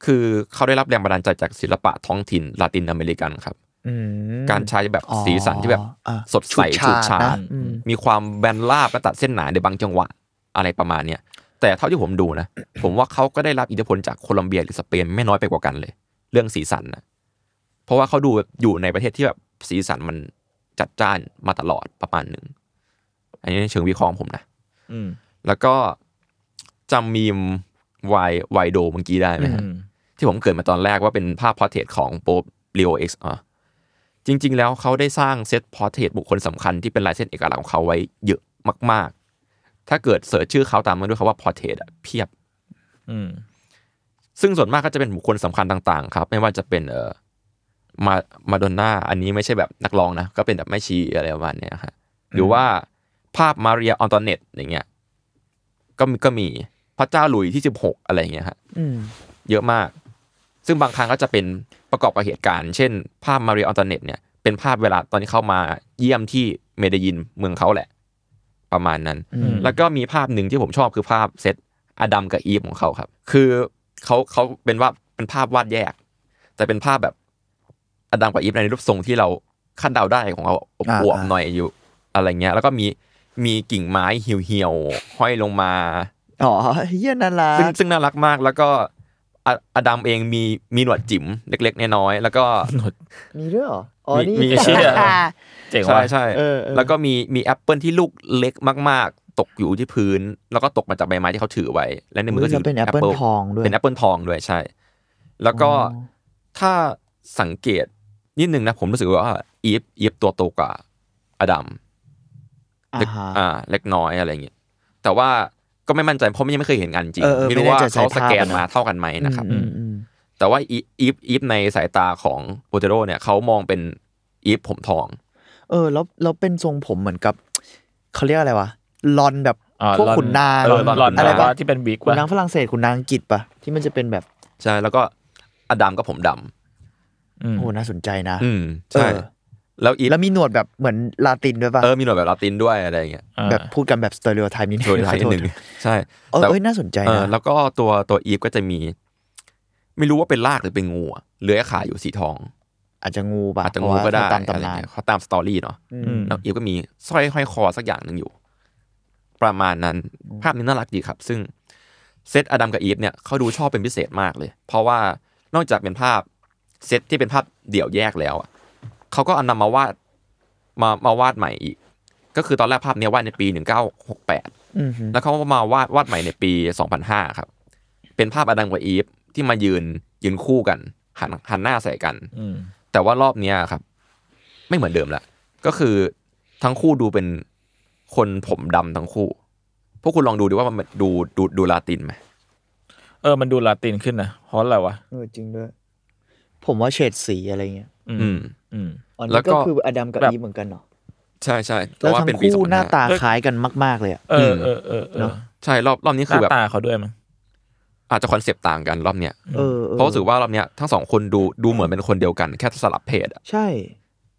คือเขาได้รับแรงบันดาลใจจากศิลปะท้องถิ่นลาตินอเมริกันครับ
อืม
การใช้แบบสีสันที่แบบ
อ๋อ
สดใสฉูดฉาด
นะอืม
มีความแบนราบและตัดเส้นหนาในบางจังหวะอะไรประมาณเนี้ยแต่เท่าที่ผมดูนะ ผมว่าเขาก็ได้รับอิทธิพลจากโคลัมเบียหรือสเปนไม่น้อยไปกว่ากันเลย เรื่องสีสันนะเพราะว่าเขาดูแบบอยู่ในประเทศที่แบบสีสันมันจัดจ้านมาตลอดประมาณหนึ่ง อันนี้ในเชิงวิเคราะห์ของผมนะ
อืม
แล้วก็จำมีมวายวายโดเมื่อกี้ได้ไหมฮะ
อืม
ที่ผมเกริดมาตอนแรกว่าเป็นภาพพอร์เทรตของโป๊ปเลโอเอ็กซ์อ่ะจริง ๆ แล้วเขาได้สร้างเซตพอร์เทรตบุคคลสำคัญที่เป็นลายเส้นเอกลักษณ์ของเขาไว้เยอะมาก ๆ ถ้าเกิดเสิร์ชชื่อเขาตามมาด้วยคำว่าพอร์เทรตเพียบ
อืม
ซึ่งส่วนมากก็จะเป็นบุคคลสำคัญต่าง ๆ ครับ ไม่ว่าจะเป็นเอ่อมามาดอนน่าอันนี้ไม่ใช่แบบนักร้องนะ ก็เป็นแบบแม่ชีอะไรประมาณเนี้ยฮะหรือว่าภาพมาเรียออนตอนเนตอย่างเงี้ยก็มีก็มีพระเจ้าหลุยที่สิบหกอะไรอย่างเงี้ยฮะ
อืม
เยอะมาก ซึ่งบางครั้งก็จะเป็นประกอบกับเหตุการณ์ เช่น ภาพมาเรียออนตเนตเนี่ย เป็นภาพเวลาตอนที่เข้ามาเยี่ยมที่เมดยินเมืองเขาแหละ ประมาณนั้น
อืม
แล้วก็มีภาพหนึ่งที่ผมชอบคือภาพเซตอดัมกับอีฟของเขาครับ คือเขาเขาเป็นว่าเป็นภาพวาดแยก แต่เป็นภาพแบบอดัมกับอีฟในรูปทรงที่เราคาดเดาได้ของเขาอ
อ่า
วบ
อ่า
ๆหน่อยอยู่ อะไรเงี้ย แล้วก็มีมีกิ่งไม้เหี่ยวๆห้อยลงมา
อ๋อเยี่ยน่ารั
ซึ่ง
ก
ซึ่งน่ารักมากแล้วก็อะอดัมเองมีมีหนวดจิ๋มเล็กๆน้อยๆแล้วก็
มีด้วยเหรออ๋อ
มี
นี่
มีเชี่ย
เจ๋ง
ใช่
ว่ะ
ใช่
เออเออ
แล้วก็มีมีแอปเปิลที่ลูกเล็กมาก ๆ ตกอยู่ที่พื้น แล้วก็ตกมาจากใบไม้ที่เขาถือไว้ และในมือก็
แล้
ถื
ว
อ
เป็นแอปเปิลทองด้วย
เป็นแอปเปิลทองด้วยใช่ แล้วก็
อ๋อ
ถ้าสังเกตนิดนึงนะผมรู้สึกว่าอีฟอีฟตัวโตกว่าอดัม
อ่า
เล็ก
ฮะ
อ่าเล็กน้อยอะไรอย่างเงี้ยแต่ว่าก็ไม่มั่นใจเพราะมันยังไม่เคยเห็นงานจริง
เออเออ
ไม่รู้ว่า
ไม่แน่ใจ
เขาสแกน
สาย
มา
ภาพอะนะ
เท่ากันไหมนะครับ
อืมอืม
แต่ว่าอีอีฟอีฟในสายตาของโปเตโรเนี่ยเขามองเป็นอีฟผมทอง
เออ แล้วแล้วเป็นทรงผมเหมือนกับ เขาเรียกอะไรวะลอนแบบ
อ่า
พวก
ลอน
ขุนนาง
เออลอน
ลอน
อะไร
แบบ
ปะ
ว่าที่เป็นบิ๊ก
ขุน
ว่ะ
นางฝรั่งเศสขุนนางอังกฤษปะที่มันจะเป็นแบบ
ใช่แล้วก็อดัมก็ผมดำ
อืม
โอ้โหน่าสนใจนะ
อืมใช่
เออ
แล้วอีฟ
แล้วมีหนวดแบบเหมือนลาตินด้วยปะ
เออมีหนวดแบบลาตินด้วยอะไรอย่างเงี้ย
อ่า
แบบพูดกันแบบสเตอริโอไทป์นิดนึ
โดยทายนิดหนึ่งใช่
เออ
แต่
เอ้ยน่าสนใจ
เออ
นะ
แล้วก็ตัวตัวอีฟก็จะมี ไม่รู้ว่าเป็นลากหรือเป็นงูอะเลื้อยขาอยู่สีทอง
อาจจะงูปะ
อาจจะงูก็ได้
เพราะว่าตาม
อะไร
ตำนาน
เงี้ยเขาตามสตอรี่เนาะ
อื
อื
ม
ม
แล้วอีฟก็มีสร้อยห้อยคอสักอย่างหนึ่งอยู่ ประมาณนั้นภาพนี้น่ารักดีครับ ซึ่งเซตอดัมกับอีฟเนี่ยเขาดูชอบเป็นพิเศษมากเลย เพราะว่านอกจากเป็นภาพเซตที่เป็นภาพเดี่ยวแยกแล้วอะเขาก็เอานำมาวาดมามาวาดใหม่อีก ก็คือตอนแรกภาพเนี้ยวาดในปี 1968
อืมฮึ
แล้วเขาก็มาวาดวาดใหม่ในปี 2005 ครับ เป็นภาพอดัมกับอีฟที่มายืนยืนคู่กันหันหันหน้าใส่กัน
อืม
แต่ว่ารอบเนี้ยครับ ไม่เหมือนเดิมละก็คือทั้งคู่ดูเป็นคนผมดำทั้งคู่ พวกคุณลองดูดิว่ามันดูดูดูลาตินไหม
เออมันดูลาตินขึ้นนะเพราะอะไรวะ
เออจริงด้วย ผมว่าเฉดสีอะไรเงี้ย
อื
อื
ม
ม
อืม
อ๋อ
แล้
นี่
วก็
ก็คืออดัมกับ
แบบ
อีฟเหมือนกันเนาะ
ใช่ใช่เพ
แล้ว
ราะว่า
ทั้
เป็น
ง
ปีสอ
คู่
ง
หน้า
พันห้า
ตาคล้ายกันมาก ๆ เลยอะ
เออเออเออเอ
เน
อ
อะ
ใช่รอบรอบนี้
ห
คือ
น้า
แบบ
ตาเขาด้วยมั้ง
อาจจะคอนเซปต์ต่างกันรอบเนี้ย
เออออ
เพราะรู้สึกว่ารอบเนี้ยทั้งสองคนดูดูเหมือนเป็นคนเดียวกันแค่สลับเพศอะ
ใช่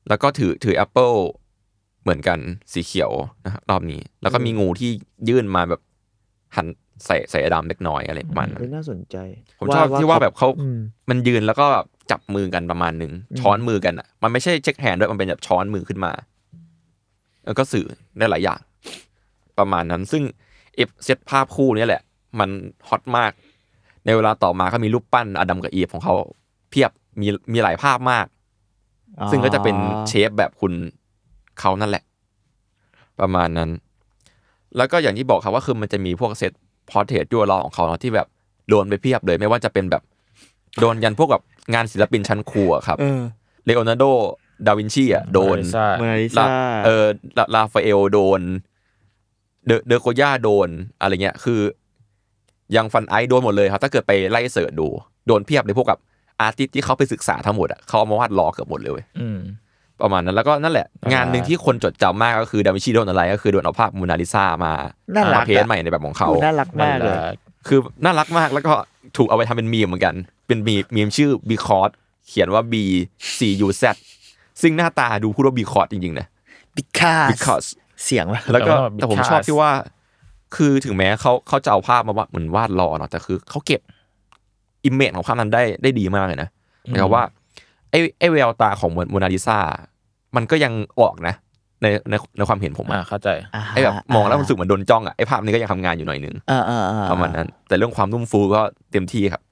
แล้วก็ถือถือแอปเปิลเหมือนกันสีเขียวนะครับรอบนี้ แล้วก็มีงูที่ยื่นมาแบบหัน ใส่ใส่ดำเล็กน้อยอะไรประมาณนั้
เฮ้ย
น
น่าสนใจ
ผมชอบที่ว่าแบบเขา
อืม
มันยืนแล้วก็แบบจับมือกันประมาณหนึ่ง
อืม
ช้อนมือกันอ่ะ มันไม่ใช่เช็คแฮนด์ด้วยมันเป็นแบบช้อนมือขึ้นมาแล้วก็สื่อได้หลายอย่าง ประมาณนั้น ซึ่งเอฟเซตภาพคู่เนี่ยแหละ มันฮอตมาก ในเวลาต่อมาก็มีรูปปั้นอดัมกับอีฟของเขาเพียบมีมีหลายภาพมาก
อ๋อ
ซึ่งก็จะเป็นเชฟแบบคุณเขานั่นแหละ ประมาณนั้น แล้วก็อย่างที่บอกครับว่าคือมันจะมีพวกเซตพอร์เทรตยั่วล้อของเขาเนาะที่แบบโดนไปเพียบเลย ไม่ว่าจะเป็นแบบโดนยันพวกแบบงานศิลปินชั้นครัวครับ
เออ
เลโอนาร์โด ดาวินชีอ่ะโดน
ใช่
โมนาลิ
ลา
ซา
เออลาลาฟาเอลโดน เดอเดอโกย่าโดนอะไรเงี้ย คือ ยังฟันไอซ์โดนหมดเลยครับ ถ้าเกิดไปไล่เสิร์ชดู โดนเพียบเลยพวกกับอาร์ติสที่เขาไปศึกษาทั้งหมดอ่ะเขาเอามาวาดล้อเกือบหมดเลยเว้ย
อืม
ประมาณนั้นแล้วก็นั่นแหละ
ประมาณ
งานหนึ่งที่คนจดจำมากก็คือดาวินชีโดนอะไรก็คือโดนเอาภาพมูนาลิซามา
น่ารั
มาก เพนท์ใหม่ในแบบของเขา
ดูน่ารักมากเลย
คือน่ารักมากแล้วก็ถูกเอาไปทำเป็นมีมเหมือนกัน เป็นมีมมีมชื่อ b ีคอร์เขียนว่า B C U Z ซึ่งหน้าตาดูพูดว่า b ีคอร์จริงๆนะ b ีคอ
because
s
เสียงว่ะ
แล้วก็
แต่
แต่ผ
ผม
ม
ว่า
ชอบที่ว่า คือถึงแม้เขาเขาจะเอาภาพมาวาดเหมือนวาดรอเนาะแต่คือเขาเก็บอิมเมจของภาพนั้นได้ได้ดีมากเลยนะหมายความว่าไอ้ไอ้แววตาของโมนาลิซามันก็ยังออกนะ ในในในความเห็นผม
อ่า
อะ
เข้าใจ
ไอ้แบบมองแล้วมันรู้สึกเหมือนโดนจ้องอะไอ้ภาพนี้ก็ยังทำงานอยู่หน่อยนึง
อ่าอ่าอ่
ประมาณนั้น แต่เรื่องความนุ่มฟูก็เต็มที่ครับ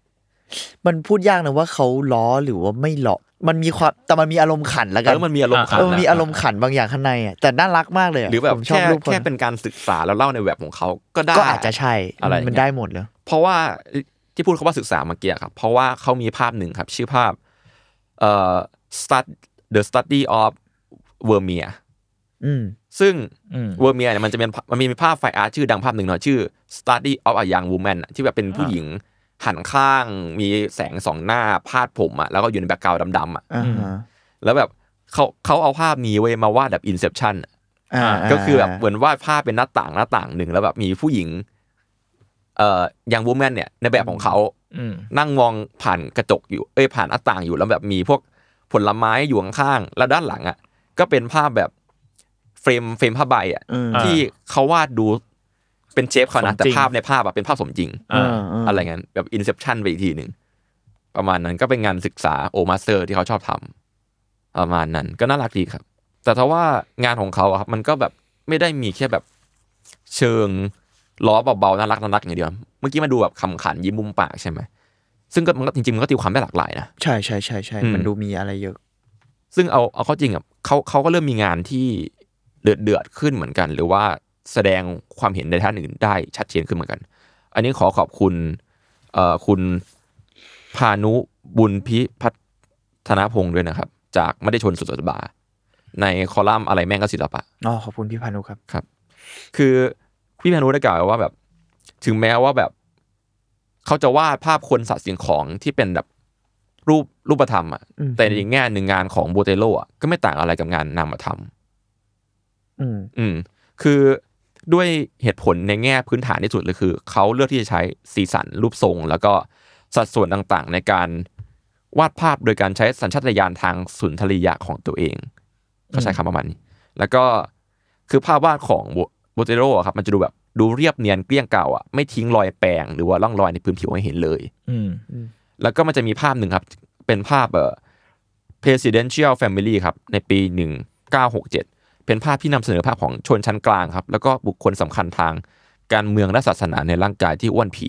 มันพูดยากนะว่าเขาล้อหรือว่าไม่ล้อมันมีความแต่มันมีอารมณ์ขันแล้วกั
เออมันมีอารมณ์ขัน
เออมันมี
นะ
อารมณ์ขันบางอย่างข้างในอ่ะแต่น่ารักมากเลยะ
หรือแบบ
ผมชอบ
แค่
รูปคน
แค่เป็นการศึกษาแล้วเล่าในแบบของเขาก็ได้
ก็อาจจะใช่
อะไรอย่างเงี้ย
มันได้หมดเลย
เพราะว่าที่พูดเขาว่าศึกษาเมื่อกี้ครับ เพราะว่าเขามีภาพหนึ่งครับ ชื่อภาพเอ่อ stud the study of Vermeer
อืม
ซึ่ง
อืม
Vermeer เนี่ยมันจะเป็นมันมีภาพไฟอาร์ตชื่อดังภาพหนึ่งเนาะชื่อ study of a young woman อะที่แบบเป็นผู้หญิงหันข้าง มีแสงสองหน้าพาดผมอะแล้วก็อยู่ในแบ็กกราวด์ดำๆอะ
อ่าฮะ
แล้วแบบเขาเขาเอาภาพนี้ไว้มาวาดแบบ Inception อะ
อ่า
ก็คือแบบเหมือนวาดภาพเป็นหน้าต่างหน้าต่างหนึ่งแล้วแบบมีผู้หญิง เอ่อยังวูแมนเนี่ย ในแบบของเขา
อืม
นั่งมองผ่านกระจกอยู่ เอ้ยผ่านหน้าต่างอยู่แล้วแบบมีพวกผลไม้อยู่ข้างๆแล้วด้านหลังอ่ะ ก็เป็นภาพแบบเฟรมเฟรมผ้าใบอ่ะ
อืม
อ่า
ที่เขาวาดดูเป็นเชฟเขา
ส
นะ
มจริง
แต่ภาพในภาพอะเป็นภาพสมจริง
อ่า
า
อะไรเงี้ยแบบอินเซ t ชันไปอีกทีหนึ่งประมาณนั้นก็เป็นงานศึกษาโอมาสเตอร์ที่เขาชอบทำประมาณนั้นก็น่ารักดีครับ แต่ถ้าว่างานของเขาอะครับมันก็แบบไม่ได้มีแค่แบบเชิงล้อเบาๆน่ารักน่ารักอย่างเดียวเมื่อกี้มาดูแบบขำขันยิ้มมุมปากใช่ไหมซึ่งก็มันก็จริงๆมันก็ตีความได้หลากหลายนะ
ใช่ใช่ใช่ใช่
อืม
มันดูมีอะไรเยอะ
ซึ่งเอาเอาเข้อจริงอ่ะเขาเขาก็เริ่มมีงานที่เดือดเดือดๆขึ้นเหมือนกัน หรือว่าแสดงความเห็นในท่านอื่นได้ชัดเจนขึ้นเหมือนกัน อันนี้ขอขอบคุณเอ่อคุณพานุบุญพิพัฒนพงศ์ด้วยนะครับ จากไม่ได้ชนสุดสัปดาห์ในคอลัมน์อะไรแม่งก็ศิลปะ
อ๋อ ขอบคุณพี่พานุครับ
คือพี่พานุได้กล่าวไว้ว่าแบบ ถึงแม้ว่าแบบ เขาจะวาดภาพคนสัตว์สิ่งของที่เป็นแบบรูปรูปธรรมอ่ะ
อืม
แต่ในอีกแง่หนึ่งงานของโบเตโลอ่ะก็ไม่ต่างอะไรกับงานนามธรรม
อืม
อืมคือด้วยเหตุผลในแง่พื้นฐานที่สุดเลยคือ เขาเลือกที่จะใช้สีสันรูปทรง แล้วก็สัดส่วนต่างๆ ในการวาดภาพโดยการใช้สัญชาตญาณทางสุนทรียะของตัวเองเขาใช้คำประมาณนี้ แล้วก็คือภาพวาดของโบเตโรอะครับ มันจะดูแบบดูเรียบเนียนเกลี้ยงเก่าอ่ะไม่ทิ้งรอยแปรงหรือว่าร่องรอยในพื้นผิวให้เห็นเลย
อืม
แล้วก็มันจะมีภาพหนึ่งครับ เป็นภาพเอ่อ presidential family ครับ ในปี 1967 เป็นภาพที่นำเสนอภาพของชนชั้นกลางครับ แล้วก็บุคคลสำคัญทางการเมืองและศาสนาในร่างกายที่อ้วนผี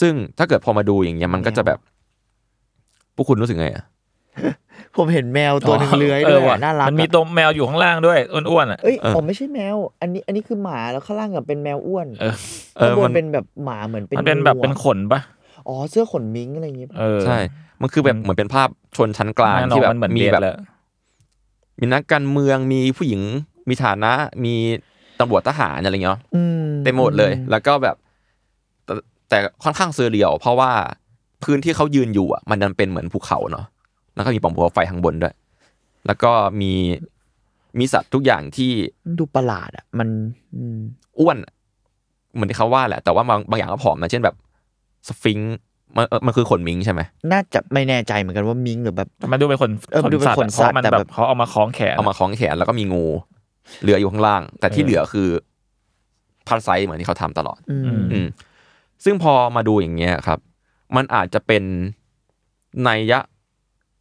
ซึ่งถ้าเกิดพอมาดูอย่างเงี้ยมันก็จะแบบ พวกคุณรู้สึกไงอะ
ผมเห็นแมวตัวหนึ่งเลื้อยด้วย
เออว่ะ
อะน่ารัก
มันมี
อะ
ตัวแมวอยู่ข้างล่างด้วยอ้วนๆอ่ะ
เอ้ยผมไม่ใช่แมว อันนี้ อันนี้คือหมาแล้วข้างล่างกับเป็นแมวอ้วน
เออ
เออ
ข้างบ
มัน น
เป็นแบบหมาเหมือนเป็น
มันเป็นแบบ
งูอะ
เป็นขนปะ
อ๋อ เสื้อขนมิงอะไรอย่างงี้
เออ
ใช่ มันคือแบบเหมือนเป็นภาพชนชั้นกลาง
แน่นอน
ที่แบบ
มันเหมือน
มี
เบียด
แบบ
แล้ว
มีนักการเมืองมีผู้หญิงมีฐานะ มีตำรวจทหารอะไรเงี้ย
อืม
เต็มหมดเลย แล้วก็แบบ แต่แต่ค่อนข้างเซอร์เรียลเพราะว่าพื้นที่เขายืนอยู่อ่ะ มันดันเป็นเหมือนภูเขาเนาะแล้วก็มีปล่องภูเขาไฟข้างบนด้วย แล้วก็มีมีสัตว์ทุกอย่างที่
มันดูประหลาดอ่ะ มันอืม
อ้วนเหมือนที่เขาว่าแหละ แต่ว่าบางบางอย่างก็ผอมนะเช่นแบบสฟิงค์มันเอ่อมันคือขนมิงใช่ไหม
น่าจะไม่แน่ใจเหมือนกันว่ามิงหรือแบบ
มันดูเป็นขน
เออมันดูเป็นขนสัต
เพ
ว์
ราะมัน
แต่
แบ
แบบ บ
เขาเอามาคล้องแขน
เอามาคล้องแขนแล้วก็มีงูเหลืออยู่ข้างล่าง แต่ที่เหลือคือ พาร์ทไซส์เหมือนที่เขาทำตลอด
อืม
อืม
อืมซึ่งพอมาดูอย่างเงี้ยครับ มันอาจจะเป็นนัยยะ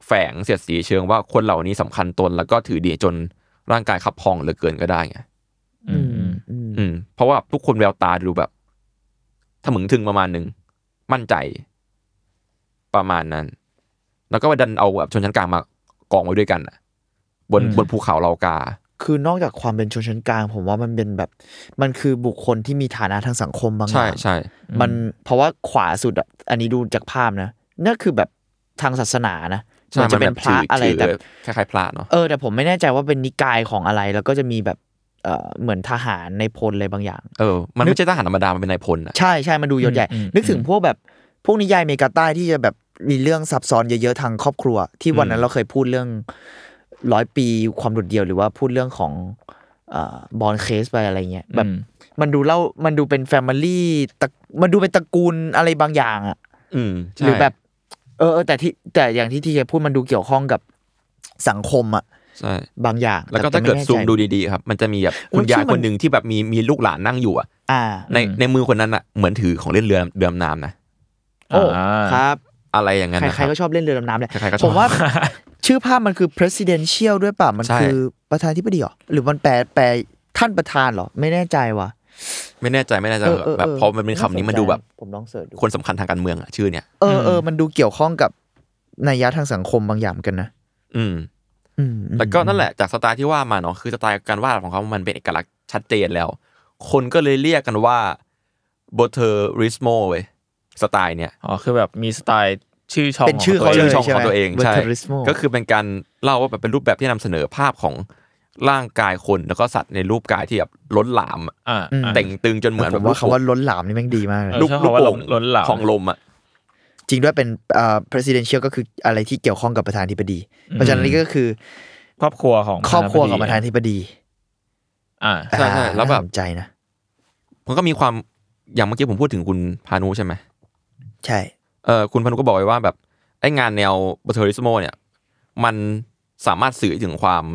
แฝงเสียดสีเชิงว่าคนเหล่านี้สำคัญตนแล้วก็ถือดีจนร่างกายขับพองเหลือเกินก็ได้ไง
อืมอืม
อืม
อืมเพราะว่าทุกคนแววตาดูแบบถมึงถึงประมาณหนึ่งมั่นใจประมาณนั้น แล้วก็ดันเอาแบบชนชั้นกลางมากองไว้ด้วยกันอะบน
อืม
บนภูเขาเหล่ากา
คือนอกจากความเป็นชนชั้นกลาง ผมว่ามันเป็นแบบ มันคือบุคคลที่มีฐานะทางสังคมบางอ
ใช่
ย่าง
ใช่
มันเพราะว่าขวาสุดอะอันนี้ดูจากภาพนะนั่นคือแบบทางศาสนานะเห
ใช่
มันจะเป็นพระ
ถื
อะไร
ถื
แต่
คล้ายๆพระเนาะ
เออแต่ผมไม่แน่ใจว่าเป็นนิกายของอะไร แล้วก็จะมีแบบเออเหมือนทหารในพลอะไรบางอย่าง
เออมันไม่ใช่ทหารธรรมดามันเป็นนายพลอะ
ใช่ใช่มันดูยศใหญ่
อืมอืม
นึกถึงพวกแบบพวกนิยายอเมริกาใต้ที่จะแบบมีเรื่องซับซ้อนเยอะๆทางครอบครัว ที่วันนั้
อื
น
ม
เราเคยพูดเรื่องร้อยปีความโดดเดี่ยวหรือว่าพูดเรื่องของบอลเคสไปอะไรเงี้ยแบบมันดูเล่ามันดูเป็นแฟมิลี่ตระมันดูเป็นตระกูลอะไรบางอย่างอะ
อืมใช่
หรือแบบ เออเออแต่ที่แต่อย่างที่ทีเคพูดมันดูเกี่ยวข้องกับสังคมอะ
ใช่
บางอย่าง
แล้วก็
แต่
ถ้าเกิด
ไแน่ใจ
ซูมดูดีๆครับ มันจะมีแบบ
เออ
คุณยาย
ที่มัน
คนหนึ่งที่แบบมีมีลูกหลานนั่งอยู่อ่ะ
อ่า
ในในมือคนนั้นอ่ะเหมือนถือของเล่นเรือเรือดำน้ำนะ
โอ้
อ่า
ครับ
อะไรอย่างนั้นนะ
ใค
ค
ร
รับ
ๆก็ชอบเล่นเรือดำน้ำเลย
ใครๆก็ชอบ
ผม ว่า ชื่อภาพมันคือ presidential ด้วยป่ะ มัน
ใช่
คือประธานาธิบดีเหรอ หรือมันแปลแปลท่านประธานเหรอ ไม่แน่ใจว่ะ
ไม่แน่ใจไม่แน่ใจ
เออ
แบบ
เออ
พอมันเป็นคำนี้มันดูแบบ
ผมลองเสิร์ชดู
คนสำคัญทางการเมืองอ่ะชื่อเนี่ย
เออเออมันดูเกี่ยวข้องกับนัยยะทางสังคมบางอย่างเหมือนกันนะ
อืม
อืมอืม
แล้วก็นั่นแหละจากสไตล์ที่ว่ามาเนาะคือสไตล์การวาดของเขามันเป็นเอกลักษณ์ชัดเจนแล้ว คนก็เลยเรียกกันว่าโบเทอริสโมเว้ยสไตล์เนี่ย
อ๋อคือแบบมีสไตล์ชื่อช่อง
เป็นชื่อเขา
ขง
เล
ชื่
ย
อช่อง
ใช่ไหม
ของตัวเองใช่
Veterismo
ก็คือเป็นการเล่าว่าแบบเป็นรูปแบบที่นำเสนอภาพของร่างกายคนแล้วก็สัตว์ในรูปกายที่แบบล้นหลามอะ
อ่า
อืม
อ่า
แต่งตึงจนเหมือน
ผ
แบบ
มว่าคำว่าล้นหลามนี่แม่งดีมากเลย
เออ
ลูก
ใช้
ลูก
คำว่า
โป่ง
ล้นหลาม
ของลมอ่ะ
จริงด้วยเป็นเอ่อ presidential ก็คืออะไรที่เกี่ยวข้องกับประธานาธิบดี เพราะฉะนั้นนี่ก็คือ
ครอบครัวของ
ครอบครัวของประธานาธิบดี
อ่า
ใช่ใช่
อ่า
แล้วแบบ
น่าสนใจนะ
มันก็มีความอย่างเมื่อกี้ผมพูดถึงคุณพานุใช่ไหม
ใช่
เออคุณพานุก็บอกไว้ว่าแบบไอ้งานแนวบัตเทอริสโมเนี่ย มันสามารถสื่อถึงความ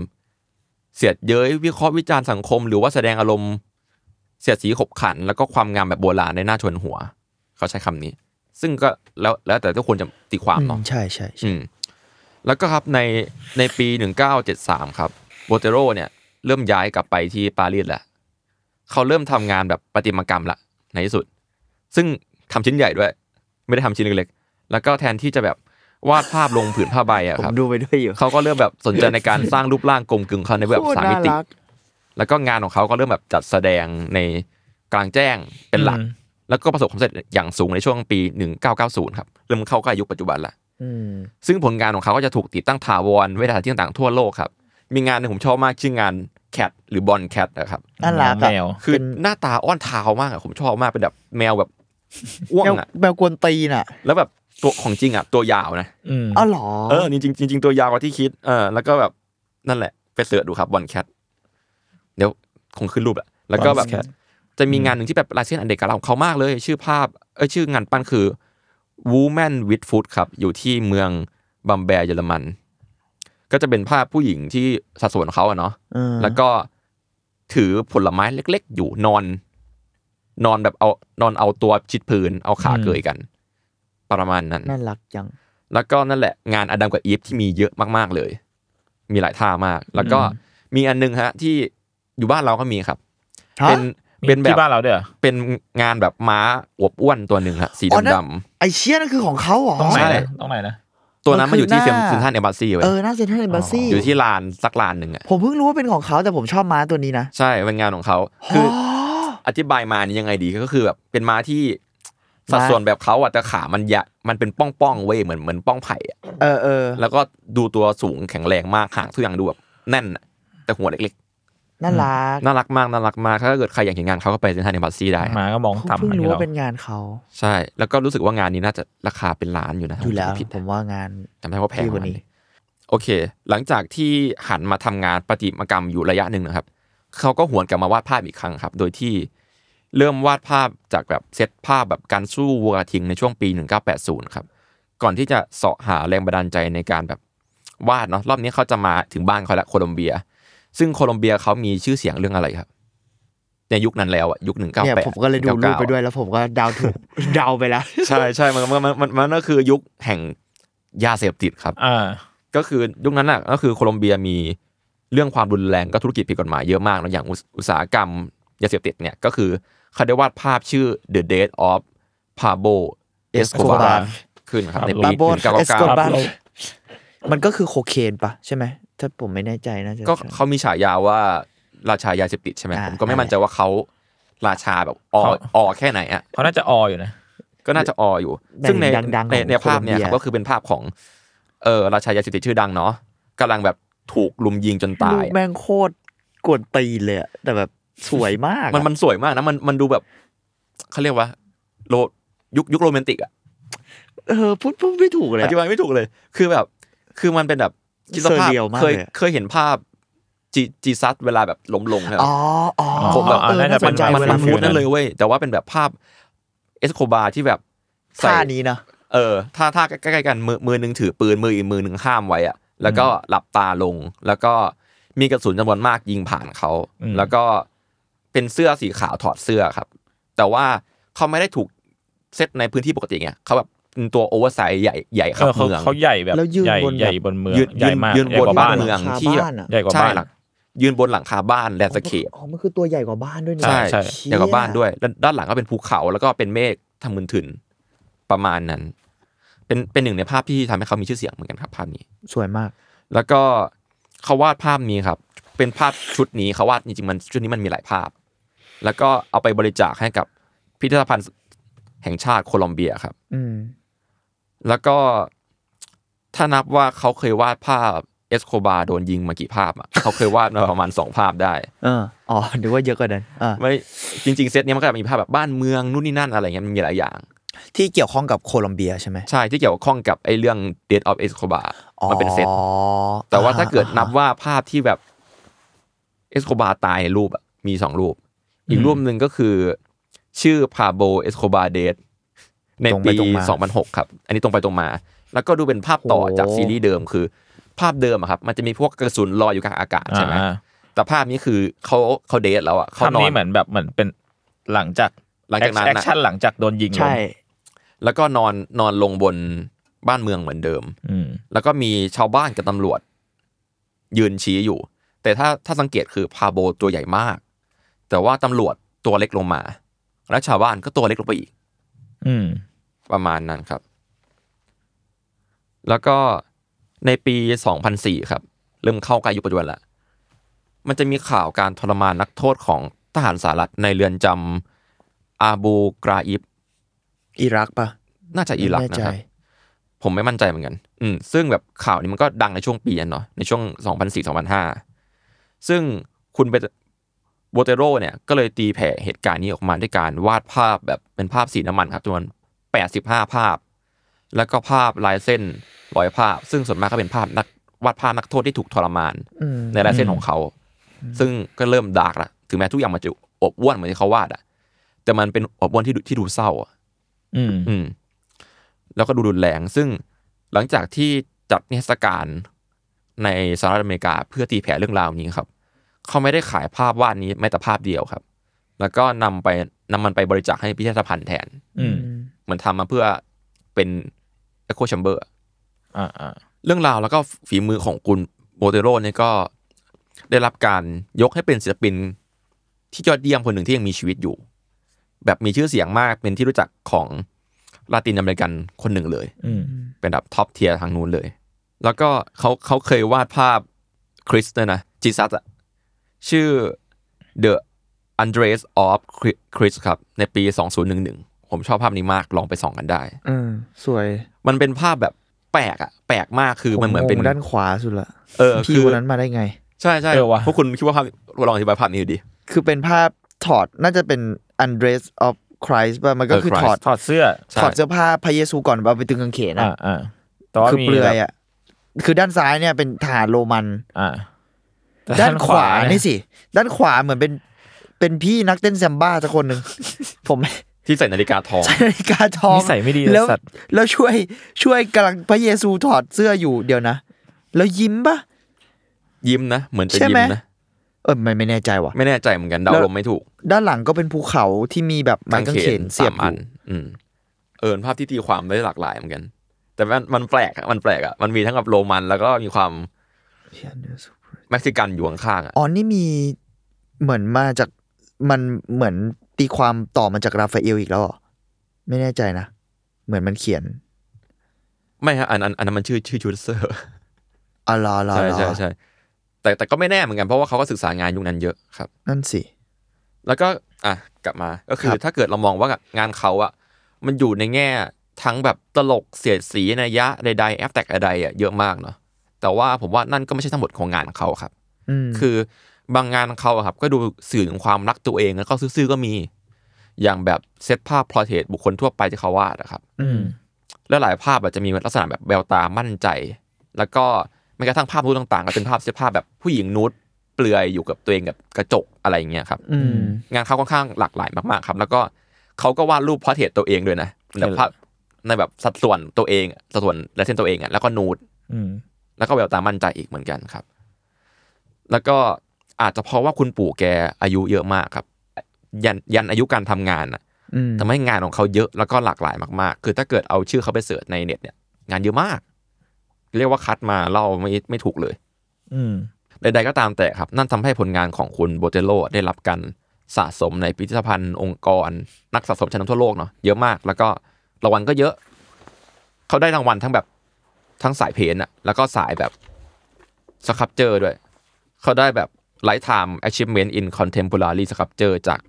เสียดเย้ยวิเคราะห์วิจารณ์สังคม หรือว่าแสดงอารมณ์เสียดสีขบขัน แล้วก็ความงามแบบโบราณในหน้าชวนหัว เขาใช้คำนี้ ซึ่งก็แล้วแล้วแต่ทุกคนจะตีความ
อื
เนาะ
มใช่ใช่ใช่
อืมแล้วก็ครับในในปี 1973 ครับโบเตโรเนี่ย เริ่มย้ายกลับไปที่ปารีสแหละเขาเริ่มทำงานแบบประติมากรรมละในที่สุด ซึ่งทำชิ้นใหญ่ด้วย ไม่ได้ทำชิ้นเล็กๆ แล้วก็แทนที่จะแบบวาดภาพลงผืนผ้าใบอะ
ผม
ครับ
ดูไปด้วยอยู่
เขาก็เริ่มแบบสนใจในการสร้างรูปร่างกลมกลึงเขาในแบบ
โคตร
สามมิติ
น่รัก
แล้วก็งานของเขาก็เริ่มแบบจัดแสดงในกลางแจ้งเป็นหลัก
อืม
แล้วก็ประสบความสำเร็จอย่างสูงในช่วงปี 1990 ครับเริ่มเข้าใกล้ยุคปัจจุบันละ
อืม
ซึ่งผลงานของเขาก็จะถูกติดตั้งถาวรไว้ในสถานที่ต่างๆทั่วโลกครับ มีงานหนึงผมชอบมากชื่องานแคทหรือบอลแคทนะครับ
น่ารัก
แม
อะ
ว
คือหน้าตาอ้อนเท้ามากอะผมชอบมากเป็นแบบแมวแบบอ้วง
แมว
อะ
แมวกวนตีนอ่ะ
แล้วแบบตัวของจริงอะตัวยาวนะ
อืม
อ๋อเหรอ
เออจริงๆจริงๆตัวยาวกว่าที่คิดเออแล้วก็แบบนั่นแหละไปเสิร์ชดูครับบอลแคทเดี๋ยวคงขึ้นรูปแหละแล้วก็แบบ
Boncat
จะมีงานหนึ่งที่แบบลายเส้นอันเด็กกับเราของเขามากเลย ชื่อภาพเอ้ยชื่องานปั้นคือ Woman with Food ครับ อยู่ที่เมืองบัมแบร์เยอรมัน ก็จะเป็นภาพผู้หญิงที่สัดส่วนของเขาอะเนาะ
เออ
แล้วก็ถือผลไม้เล็กๆ อยู่นอน นอนแบบเอานอนเอาตัวชิดพื้น เอาขา
อืม
เกยกัน ประมาณนั้น
น่ารักจัง
แล้วก็นั่นแหละงานอดัมกับอีฟที่มีเยอะมากๆเลย มีหลายท่ามาก แล้วก็มีอันหนึงฮะ ที่อยู่บ้านเราก็มีครับ
ฮะ
เป็น
มี
เป็นแบบ
ที่บ้านเราด้วยเหรอ
เป็นงานแบบม้าอวบอ้วนตัวหนึ่งฮะสี
อ๋อนั่น
ดำ
ไอเชี่ยนั่นคือของเขาเหรอ
ตรงไหน
ใช่
นะตรงไหนนะ
ๆตัวนั้น
มั
มัน
น
อ
คือยู่
ที่เซม
หน้า
ซินท่านเอมบาซีเว้ย
เออน่าเซนทรัลเอมบาซี่
อยู่ที่ลานสักลานหนึ่งอ่ะ
ผมเพิ่งรู้ว่าเป็นของเขาแต่ผมชอบม้าตัวนี้นะ
ใช่เป็นงานของเขาคืออธิบายมานี่ยังไงดีก็คือแบบเป็นม้าที่สัดส่วนแบบเขาอ่ะแต่ขามันยะมันเป็นป้องๆเว้ยเหมือนเหมือนป้องไผ่อะ
เออเออ
แล้วก็ดูตัวสูงแข็งแรงมากหางทุกอย่างดูแบบแน่นอะแต่หัวเล็ก
น่ารัก
ๆ น่ารักมากน่ารักมากถ้าเกิดใครอยากเห็นงานเขาก็ไปเซนท่านเอมบาซีได้
หมาก็มอง
ผม
ต่ำ
เพิ่ง
อัน
รู้
นี้
ว่า
เรา
เป็นงานเขา
ใช่ แล้วก็รู้สึกว่างานนี้น่าจะราคาเป็นล้านอยู่นะ
อยู่แล้ว
ถ้าจำไม่ผิด
ผมว่างาน
จำได้ว่าแพง
ดี
ก
ก
ว่า
ว่านี้
นี้ โอเค หลังจากที่หันมาทำงานประติมากรรมอยู่ระยะหนึ่งนะครับ เขาก็หวนกลับมาวาดภาพอีกครั้งครับ โดยที่เริ่มวาดภาพจากแบบเซตภาพแบบการสู้วัวกระทิงในช่วงปี 1980 ครับ ก่อนที่จะเสาะหาแรงบันดาลใจในการแบบวาดเนาะ รอบนี้เขาจะมาถึงบ้านเขาละโคลอมเบีย ซึ่งโคลอมเบียเขามีชื่อเสียงเรื่องอะไรครับ ในยุคนั้นแล้วอะยุคหนึ่งเก้า
เนี่ย
แปด
ผมก็เลยดูรูปไปด้วยแล้วผมก็เดา ถูก เดาไปแล้ว
ใช่ใช่มันมันมันมันก็คือยุคแห่งยาเสพติดครับ
อ่า
ก็คือยุคนั้นน่ะก็คือโคลอมเบียมีเรื่องความรุนแรงก็ธุรกิจผิดกฎหมายเยอะมากเนอะอย่างอุตอุตสาหกรรมยาเสพติดเนี่ยก็คือเขาได้วาดภาพชื่อ The Death of Pablo Escobar
Escobar
ขึ้นครับใน
ค
ปี
รับ
บาโบส
1999
เอสโกบา
ครับ
มันก็คือโคเคนปะใช่ไหมถ้าผมไม่แน่ใจนะจะ
ก็เขามีฉายาว่าราชายาเสพติดใช่ไหม
อ่า
ผมก็ไม่มั่นใจว่าเขาราชาแบบออ
เขา
ออแค่ไหนอ่ะ
เขาน่าจะอออยู่นะ
ก็น่าจะอออยู่ ซึ่งใน
ดังๆ
ใน
ของ
ในภาพเนี่ย
โคลอมเบีย
ครับก็คือเป็นภาพของเออราชายาเสพติดชื่อดังเนาะกำลังแบบถูกลุมยิงจนตา
รู
ย
ป
อะ
แม่งโคตรกวนตีนเลยอะแต่แบบสวยมากอะ
มันมันสวยมากนะมันมันดูแบบเขาเรียกว่าโลยุคยุคโรแมนติกอ่ะ
เออพูดพูดไม่ถูกเลย
อ
อะ
ธิบายไม่ถูกเลย คือแบบคือมันเป็นแบบคิดสภาพ
surreal มาก
เคย
เลยอะ
เคยเห็นภาพจีจีซัสเวลาแบบล้มลงใช่ไหม
อ๋ออ๋อ
ผมแบบ
เออ
น่าจะ
น่าส
เป็น
นใจ
มัน
เว
มั
ลาน
มู
พู
ด
ด
นั่นเลยเว้ยแต่ว่าเป็นแบบภาพเอสโคบาที่แบบใส่
ท่านี้นะ
เออท่าท่าใกล้ๆกันมือมือหนึงถือปืนมืออีกมือหนึ่งห้ามไว้อะแล้วก็หลับตาลง แล้วก็มีกระสุนจำนวนมากยิงผ่านเขา
อืม
แล้วก็เป็นเสื้อสีขาวถอดเสื้อครับ แต่ว่าเขาไม่ได้ถูกเซตในพื้นที่ปกติไงเขาแบบเป็นตัวโอเวอร์ไซส์ใหญ่ใหญ่ค
เอ
รับ
อเขา
เมือง
เขาใหญ่แบบ
แล้วยืน
ใหญ่
บนแบบ
ใหญ่บนเมือง
ยืน
ใหญ่มาก
ยืน
ใหญ่กว่า
บน
บ้าน
เมือง
คา
ที่แบบ
บ้านอะ
ใหญ่กว่า
ใช่
บ้าน
หลังยืนบนหลังคาบ้านแลนสเคป
อ๋อมันคือตัวใหญ่กว่าบ้านด้วยนะ
ใช่
ใช่
เดี๋ยวกับบ้านด้วยด้านด้านหลังก็เป็นภูเขาแล้วก็เป็นเมฆทำมึนถึนประมาณนั้น เป็นเป็นหนึ่งในภาพที่ทำให้เขามีชื่อเสียงเหมือนกันครับภาพนี้
สวยมาก
แล้วก็เขาวาดภาพนี้ครับ เป็นภาพชุดนี้เขาวาดจริงๆมันชุดนี้มันมีหลายภาพ แล้วก็เอาไปบริจาคให้กับพิพิธภัณฑ์แห่งชาติโคลอมเบียครับ
อืม
แล้วก็ถ้านับว่าเขาเคยวาดภาพเอสโคบาโดนยิงมากี่ภาพอ่ะเขาเคยวาดมาประมาณสองภาพได้
เอออ๋อหรือว่าเยอะกว่านั้นอ่า
ไม่จริงๆเซตเนี้ยมันก็แบบมีภาพแบบบ้านเมืองนู่นนี่นั่นอะไรเงี้ยมันมีหลายอย่าง
ที่เกี่ยวข้องกับโคลอมเบียใช่ไหม
ใช่ที่เกี่ยวข้องกับไอ้เรื่อง Death of Escobar
อ๋อ
มันเป็นเซต
อ๋อ
แต่ว่าถ้าเกิด
อ่
นับว่าภาพที่แบบเอสโคบาตายในรูปอะมีสองรูป อีกรูปหนึ่งก็คือ ชื่อพาโบเอสโคบาเดทใน
ตรง
ปี
ไปตรงมา
2006 ครับ อันนี้ตรงไปตรงมา แล้วก็ดูเป็นภาพต่อจากซีรีส์เดิมคือ ภาพเดิมอะครับ มันจะมีพวกกระสุนลอยอยู่กลางอากาศใช่ไหม
อ่า
แต่ภาพนี้คือเขาเขาเดทแล้วอะเขา
ภาพ
นอ
นี้
น
เหมือนแบบเหมือนเป็นหลังจาก
หลังจากนั้นอะ
แอคชั่นหลังจากโดนยิงล
ใช่
ง
แล้วก็นอนนอนลงบนบ้านเมืองเหมือนเดิม
อืม
แล้วก็มีชาวบ้านกับตำรวจ ยืนชี้อยู่ แต่ถ้าถ้าสังเกตคือพาโบตัวใหญ่มาก แต่ว่าตำรวจตัวเล็กลงมา และชาวบ้านก็ตัวเล็กลงไปอีก
อืม
ประมาณนั้นครับ แล้วก็ในปี 2004 ครับ เริ่มเข้าใกล้ยุคปัจจุบันละ มันจะมีข่าวการทรมานนักโทษของทหารสหรัฐในเรือนจำอาบูกราอิบ
อิรักปะ
น่าจะอิรัก
ไม่
นะ
แน่ใจ
ครับ ผมไม่มั่นใจเหมือนกัน อืม ซึ่งแบบข่าวนี้มันก็ดังในช่วงปีนั้นเนาะ ในช่วง 2004 2005 ซึ่งคุณเบโบเตโรเนี่ย ก็เลยตีแผ่เหตุการณ์นี้ออกมาด้วยการวาดภาพแบบเป็นภาพสีน้ำมันครับจำนวน 85 ภาพ แล้วก็ภาพลายเส้นร้อยภาพ ซึ่งส่วนมากก็เป็นภาพนักวาดภาพนักโทษที่ถูกทรมาน
อืม
ในลายเส้นของเขา ซึ่งก็เริ่มดาร์กละถึงแม้ทุกอย่างมันจะอบอ้วนเหมือนที่เขาวาดอะแต่มันเป็นอบอ้วนที่ดูที่ดูเศร้าอะ
อืม
อืมแล้วก็ดูรุนแรงซึ่งหลังจากที่จัดนิทรรศการในสหรัฐอเมริกาเพื่อตีแผ่เรื่องราวนี้ครับ เขาไม่ได้ขายภาพวาดนี้แม้แต่ภาพเดียวครับ แล้วก็นำไปนำมันไปบริจาคให้พิพิธภัณฑ์แทน
อืม
เหมือนทำมาเพื่อเป็น Echo Chamber
อ่าอ่า
เรื่องราวแล้วก็ฝีมือของคุณโบเตโรเนี่ยก็ได้รับการยกให้เป็นศิลปินที่ยอดเยี่ยมคนหนึ่งที่ยังมีชีวิตอยู่ แบบมีชื่อเสียงมากเป็นที่รู้จักของลาตินอเมริกันคนหนึ่งเลย
อืม
เป็นแบบท็อปเทียร์ทางนู้นเลย แล้วก็เขาเขาเคยวาดภาพคริสเนี่ยนะจีซัสอะชื่อ The Andres of Chris ครับ ในปี 2011 ผมชอบภาพนี้มากลองไปส่องกันได้
อืมสวย
มันเป็นภาพแบบแปลกอะแปลกมากคือมันเหมือนเป็น
ผงงด้านขวาสุดละ
เออ
พี่
คือ
คนนั้นมาได้ไง
ใช่ใช่
เออว่ะ
พวกคุณคิดว่าภาพลองอธิบายภาพนี้ดูดิ
คือเป็นภาพถอดน่าจะเป็น Undress of Christ ป่ะมันก็
เออ
คือ
Christ
ถอด
ถอดเสื้อ
ใช่
ถอดเสื้อผ้าพระเยซูก่อนเอาไปตึงกางเขน
อ่า
อะ
อ่าแต่ว่า
คือ
มี
เปลือย
แบบ
อ่ะคือด้านซ้ายเนี่ยเป็นทหารโรมัน
อ่าแต่
ด้านขวา
เย
นี่สิ ด้านขวาเหมือนเป็นเป็นพี่นักเต้นแซมบ้าสักคนหนึ่ง ผม
ที่ใส่นาฬิกาทอง
ใส่นาฬิกาทอง
นิสัยไม่ดี
แล้ว
สัตว์
แล้วช่วยช่วยกำลังพระเยซูถอดเสื้ออยู่เดี๋ยวนะ แล้วยิ้มปะ
ยิ้มนะ เหมือนจะ
ใช่
ยิ้
ไหม
มนะ
เออไม่ไม่แน่ใจว่ะ
ไม่แน่ใจเหมือนกันเดา
แล้ว
ลมไม่ถูก
ด้านหลังก็เป็นภูเขาที่มีแบบไม้กางเขนเสียบ
สาม
อ
อัน
ยู่
อืมเออเป็นภาพที่ตีความได้หลากหลายเหมือนกัน แต่มันมันแปลกอะมันแปลกอะมันมีทั้งแบบโรมัน แล้วก็มีความเม็กซิกันอยู่ข้างๆอะ
อ๋อนี่มีเหมือนมาจากมันเหมือนตีความต่อมาจากราฟาเอลอีกแล้วเหรอไม่แน่ใจนะ เหมือนมันเขียน
ไม่ฮะอันอันอันนั้นมันชื่อชื่อชูเซอร์
อะลาลา
ใช่
ลา
ใช่ใช่แต่แต่ก็ไม่แน่เหมือนกันเพราะว่าเขาก็ศึกษางานยุคนั้นเยอะครับ
นั่นสิ
แล้วก็อ่ะกลับมาก็คือ
ครับ
ถ้าเกิดเรามองว่างานเขาอะมันอยู่ในแง่ทั้งแบบตลกเสียดสีนัยยะใดๆแอฟแตกใดๆอะเยอะมากเนาะแต่ว่าผมว่านั่นก็ไม่ใช่ทั้งหมดของงานเขาครับ
อืม
คือบางงานเขาอะครับ ก็ดูสื่อถึงความรักตัวเองแล้วก็ซื่อๆก็มี อย่างแบบเซตภาพพรอเทรตบุคคลทั่วไปที่เขาวาดอะครับ
อืม
แล้วหลายภาพอาจจะมีลักษณะแบบแววตามั่นใจ แล้วก็แม้กระทั่งภาพรูปต่างๆ ก็เป็นภาพเสื้อผ้าแบบผู้หญิงนูดเปลือยอยู่กับตัวเองกับกระจกอะไรอย่างเงี้ยครับ
อืม
งานเขาค่อนข้างหลากหลายมากๆครับ แล้วก็เขาก็วาดรูปพอร์เทรตตัวเองด้วยนะในภาพในแบบสัดส่วนตัวเองสัดส่วนและเส้นตัวเองอะแล้วก็นูด
อืม
แล้วก็แววตามั่นใจอีกเหมือนกันครับ แล้วก็อาจจะเพราะว่าคุณปู่แกอายุเยอะมากครับ ยันยันอายุการทำงานอะ
อืม
ทำให้งานของเขาเยอะแล้วก็หลากหลายมากๆ คือถ้าเกิดเอาชื่อเขาไปเสิร์ชในเน็ตเนี่ย งานเยอะมาก เรียกว่าคัดมาเล่าไม่ไม่ถูกเลย
อืม
ใดๆก็ตามแต่ครับ นั่นทำให้ผลงานของคุณโบเตโลได้รับการสะสมในพิพิธภัณฑ์องค์กร นักสะสมชั้นนำทั่วโลกเนาะเยอะมาก แล้วก็รางวัลก็เยอะ เขาได้รางวัลทั้งแบบทั้งสายเพนอะแล้วก็สายแบบสครับเจอด้วย เขาได้แบบ Lifetime Achievement in Contemporary Sculpture จาก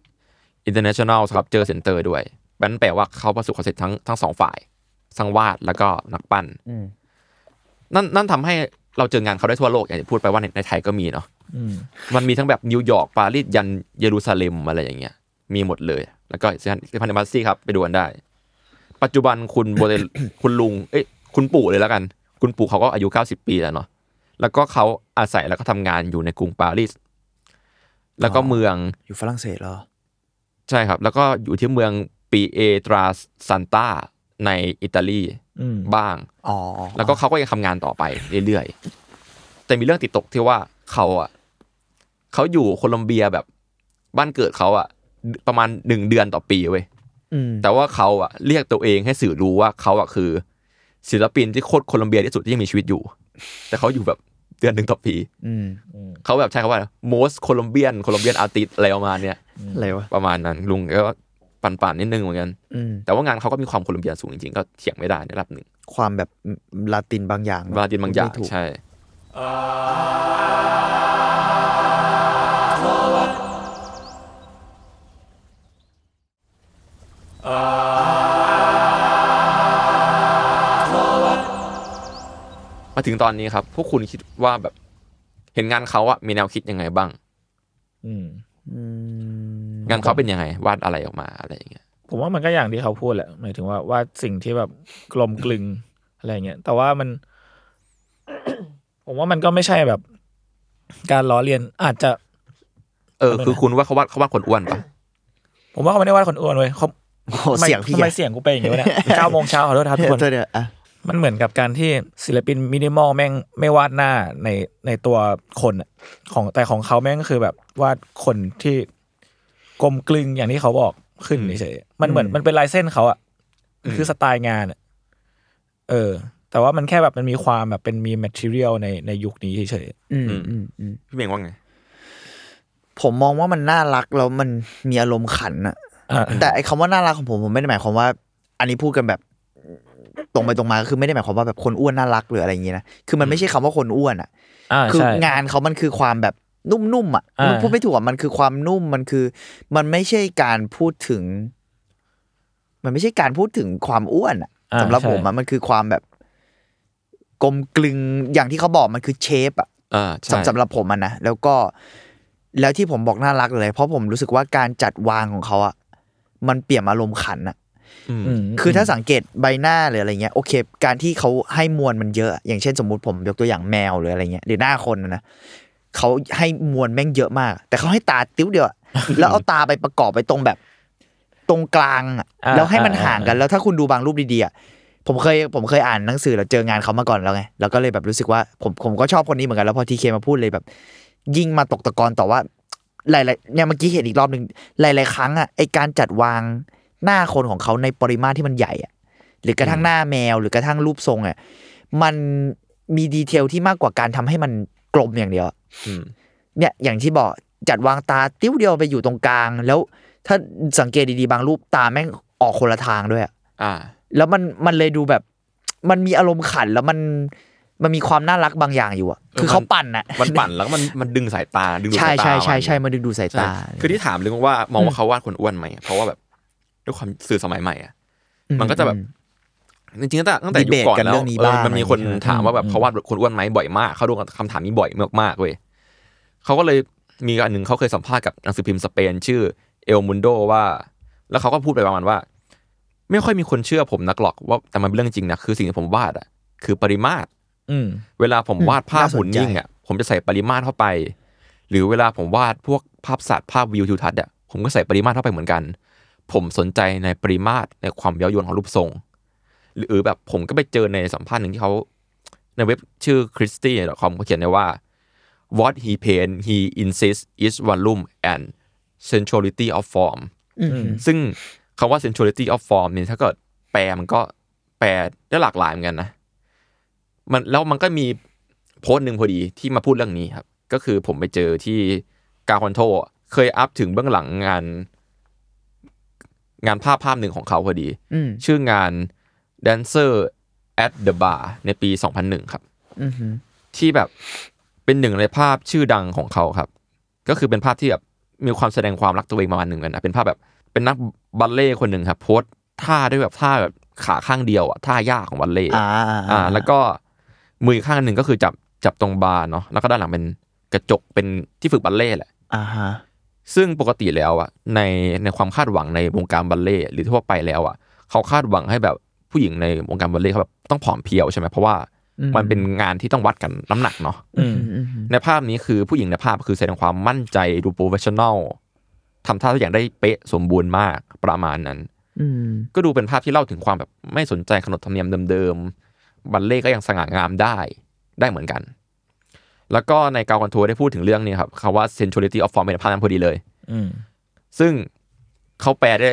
International Sculpture Center ด้วยนั่นแปลว่าเขาประสบความสำเร็จทั้งทั้งสองฝ่ายทั้งวาดแล้วก็นักปั้น
อืม
นั่นนั่นทำให้เราเจองานเขาได้ทั่วโลกอย่างที่พูดไปว่าในในไทยก็มีเนาะ
อืม
มันมีทั้งแบบนิวยอร์กปารีสยันเยรูซาเล็มอะไรอย่างเงี้ย มีหมดเลย แล้วก็เซนต์พันเดมัสซี่ครับ ไปดูกันได้ ปัจจุบันคุณโบเด คุณลุง เอ้ยคุณปู่เลยแล้วกัน คุณปู่เขาก็อายุ 90 ปีแล้วเนาะแล้วก็เขาอาศัยแล้วก็ทำงานอยู่ในกรุงปารีสแล้วก็เมือง
อยู่ฝรั่งเศสเหรอ
ใช่ครับ แล้วก็อยู่ที่เมืองปีเอตราซันตาในอิตาลี
อืม
บ้าง
อ๋อ
แล้วก็เขาก็ยังทำงานต่อไปเรื่อยๆ แต่มีเรื่องติดตกที่ว่าเขาอ่ะเขาอยู่โคลอมเบียแบบบ้านเกิดเขาอ่ะ ประมาณหนึ่งเดือนต่อปีเว้ย
อืม
แต่ว่าเขาอ่ะเรียกตัวเองให้สื่อรู้ว่าเขาอ่ะคือ ศิลปินที่โคตรโคลอมเบียที่สุดที่ยังมีชีวิตอยู่ แต่เขาอยู่แบบเดือนหนึ่งต่อปี
อืม
เขาแบบใช้คำว่า most Colombian Colombian artist อะไรประมาณเนี้ย
อะไรวะ
ประมาณนั้นลุงก็ปั่นๆนิดนึงเหมือนกัน
อืม
แต่ว่างานเขาก็มีความโคลอมเบียสูงจริงๆก็เถียงไม่ได้ในระดับหนึ่ง
ความแบบลาตินบางอย่างเอะ
วลาดินบางอย่าง
พูดไม่ถูก
ใช่ มาถึงตอนนี้ครับ พวกคุณคิดว่าแบบเห็นงานเขาอะมีแนวคิดยังไงบ้าง
อืม
อืม
งานเขาเป็นยังไง วาดอะไรออกมาอะไรอย่างเงี้ย
ผมว่ามันก็อย่างที่เขาพูดแหละหมายถึงว่าว่าสิ่งที่แบบกลมกลึง อะไรเงี้ยแต่ว่ามัน ผมว่ามันก็ไม่ใช่แบบ การล้อเลียนอาจจะ
เออ คือคุณว่าเขาวาดเขาวาดคนอ้วนปะ
ผมว่าเขาไม่ได้ว่าคนอ้วนเว้ยเขา
โอ้โห
ทำไม
เสียงพี่
ทำไมเสียงกูเป็นอย่างนี้วะ เนี่ยเก้าโมงเช้าขอโทษครับทุกคน
เธอเนี่ยอ่ะ
มันเหมือนกับการที่ศิลปินมินิมอลแม่งไม่วาดหน้าในในตัวคนอะของแต่ของเขาแม่งก็คือแบบวาดคนที่กลมกลึงอย่างที่เขาบอกขึ้นเฉยๆมันเหมือนมันเป็นลายเส้นเขาอะมันคือสไตล์งานอะเออ แต่ว่ามันแค่แบบมันมีความแบบเป็นมีแมทเทียลในในยุคนี้เฉย
อืมอืมอืม
พี่เมงว่าไง
ผมมองว่ามันน่ารักแล้วมันมีอารมณ์ขันอะ
ๆอ่ะ
แต่ไอ้คำว่าน่ารักของผมผมไม่ได้หมายความว่า อันนี้พูดกันแบบตรงไปตรงมาก็คือไม่ได้หมายความว่าแบบคนอ้วนน่ารักหรืออะไรอย่างงี้นะคือมันไม่ใช่คำว่าคนอ้วนอะ
อ่า
คือ
ใช่
งานเขามันคือความแบบนุ่มๆอ่ะ
อ่ามั
นพูดไม่ถูกอ่ะมันคือความนุ่มมันคือ มันไม่ใช่การพูดถึง มันไม่ใช่การพูดถึงความอ้วนอ่ะ
อ่า
สำหรับ
ใช่
ผมอะมันคือความแบบ กลมกลึงอย่างที่เขาบอกมันคือเชฟอ่ะ
อ่าใช่
สำสำหรับผมอะนะแล้วก็แล้วที่ผมบอกน่ารักเลย เพราะผมรู้สึกว่าการจัดวางของเขาอ่ะมันเปี่ยมอารมณ์ขันอ่ะ
อืม
ม
คือถ้าสังเกตใบหน้าหรืออะไรเงี้ยโอเค การที่เขาให้มวลมันเยอะ อย่างเช่นสมมติผมยกตัวอย่างแมวหรืออะไรเงี้ยหรือหน้าคนนะนะเขาให้มวลแม่งเยอะมาก แต่เขาให้ตาติ้วเดียว อะ แล้วเอาตาไปประกอบไปตรงแบบ ตรงกลางอะ
า
แล้วให้มัน
อ่า
ห่างกัน แล้วถ้าคุณดูบางรูปดีๆอะผมเคยผมเคยอ่านหนังสือแล้วเจองานเขามาก่อนแล้วไงแล้วก็เลยแบบรู้สึกว่าผมผมก็ชอบคนนี้เหมือนกันแล้วพอทีเคมาพูดเลยแบบ ยิ่งมาตกตะกอนต่อว่า หลายๆเนี่ยเมื่อกี้เห็นอีกรอบหนึ่งหลาย ๆ ครั้งอ่ะไอการจัดวางหน้าคนของเขาในปริมาตรที่มันใหญ่อ่ะหรือกระทั่งหน้าแมวหรือกระทั่งรูปทรงอ่ะมันมีดีเทลที่มากกว่าการทำให้มันกลมอย่างเดียวอะ
อืม
เนี่ยอย่างที่บอกจัดวางตาติ้วเดียวไปอยู่ตรงกลาง แล้วถ้าสังเกตดีๆ บางรูปตาแม่งออกคนละทางด้วยอะ
อ่า
แล้วมันมันเลยดูแบบ มันมีอารมณ์ขันแล้วมันมันมีความน่ารักบางอย่างอยู่อะ
เออ
คือ
มัน
เขาปั่นอะ
มันปั่นแล้วก็มันมันดึงสายตาดึงดูด
ใช่
สายตา
ใช่ใช่ใช่
มัน
มันดึงดูดสาย
ใช่
ตา
คือที่ถามเรื่องว่ามองว่าเขาวาดคนอ้วนไหมเพราะว่าแบบด้วยความสื่อสมัยใหม่อะ มันก็จะแบบ จริงๆตั้งแต่ตั้งแต่ยุค
Debate
ก่อน
กัน
แล้ว
เรื่องนี้
เออ
บ้าง
มันมีคน
อะไรอย่างเงี้ย
ถามว่าแบบเขาวาดคนอ้วนไหมบ่อยมากเขาโดนคำถามนี้บ่อยมากๆเว้ยเขาก็เลยมีอันหนึ่งเขาเคยสัมภาษณ์กับหนังสือพิมพ์สเปน ชื่อเอลมุนโดว่า แล้วเขาก็พูดไปประมาณว่า ไม่ค่อยมีคนเชื่อผมนักหรอกว่าแต่มันเป็นเรื่องจริงนะคือสิ่งที่ผมวาดอะคือปริมาตร
อืม
เวลาผม
อืม
วาดภาพ
น่าสนใจ
หุ่นยิ่งอ่ะผมจะใส่ปริมาตรเข้าไป หรือเวลาผมวาดพวกภาพสัตว์ภาพวิวทิวทัศน์อ่ะผมก็ใส่ปริมาตรเข้าไปเหมือนกัน ผมสนใจในปริมาตรในความเย้ายวนของรูปทรง หรือแบบผมก็ไปเจอในสัมภาษณ์หนึ่งที่เขาในเว็บชื่อ christie com เขาเขียนไว้ว่า what he paint he insists is volume and sensuality of form
อืม
ซึ่งคำว่า sensuality of form เนี่ยถ้าเกิดแปลมันก็แปลได้หลากหลายเหมือนกันนะ มันแล้วมันก็มีโพสต์หนึ่งพอดีที่มาพูดเรื่องนี้ครับ ก็คือผมไปเจอที่กาคอนโทเคยอัพถึงเบื้องหลังงาน งานภาพภาพหนึ่งของเขาพอดี
อืม
ชื่องาน Dancer at the Bar ในปี 2001 ครับ
อืมอืม
ที่แบบเป็นหนึ่งในภาพชื่อดังของเขาครับ ก็คือเป็นภาพที่แบบมีความแสดงความรักตัวเองประมาณหนึ่งกันนะเป็นภาพแบบเป็นนักบัลเล่ต์คนหนึ่งครับโพสต์ท่าด้วยแบบท่าแบบขาข้างเดียวอะท่ายากของบัลเล่ต์
อ่าอ่า
อ่า แล้วก็มืออกข้างหนึ่งก็คือจับจับตรงบาร์เนาะแล้วก็ด้านหลังเป็นกระจกเป็นที่ฝึกบัลเล่ต์แหละ
อ่าฮะ
ซึ่งปกติแล้วอะในในความคาดหวังในวงการบัลเล่ต์หรือทั่วไปแล้วอะเขาคาดหวังให้แบบผู้หญิงในวงการบัลเล่ต์เขาแบบต้องผอมเพรียวใช่ไหมเพราะว่ามันเป็นงานที่ต้องวัดกันน้ำหนักเนาะ
อืม
อืมอืมอืม
ในภาพนี้คือผู้หญิงในภาพคือแสดงความมั่นใจดูโปรเฟชชั่นอลทำท่าทุกอย่างได้เป๊ะสมบูรณ์มากประมาณนั้น
อืม
ก็ดูเป็นภาพที่เล่าถึงความแบบไม่สนใจขนบธรรมเนียมเดิมๆ บัลเล่ต์ก็ยังสง่างามได้ได้เหมือนกัน แล้วก็ในกาวคอนทัวร์ได้พูดถึงเรื่องนี้ครับคำว่า sensuality of form เป็นภาพนั้นพอดีเลย
อืม
ซึ่งเขาแปลได้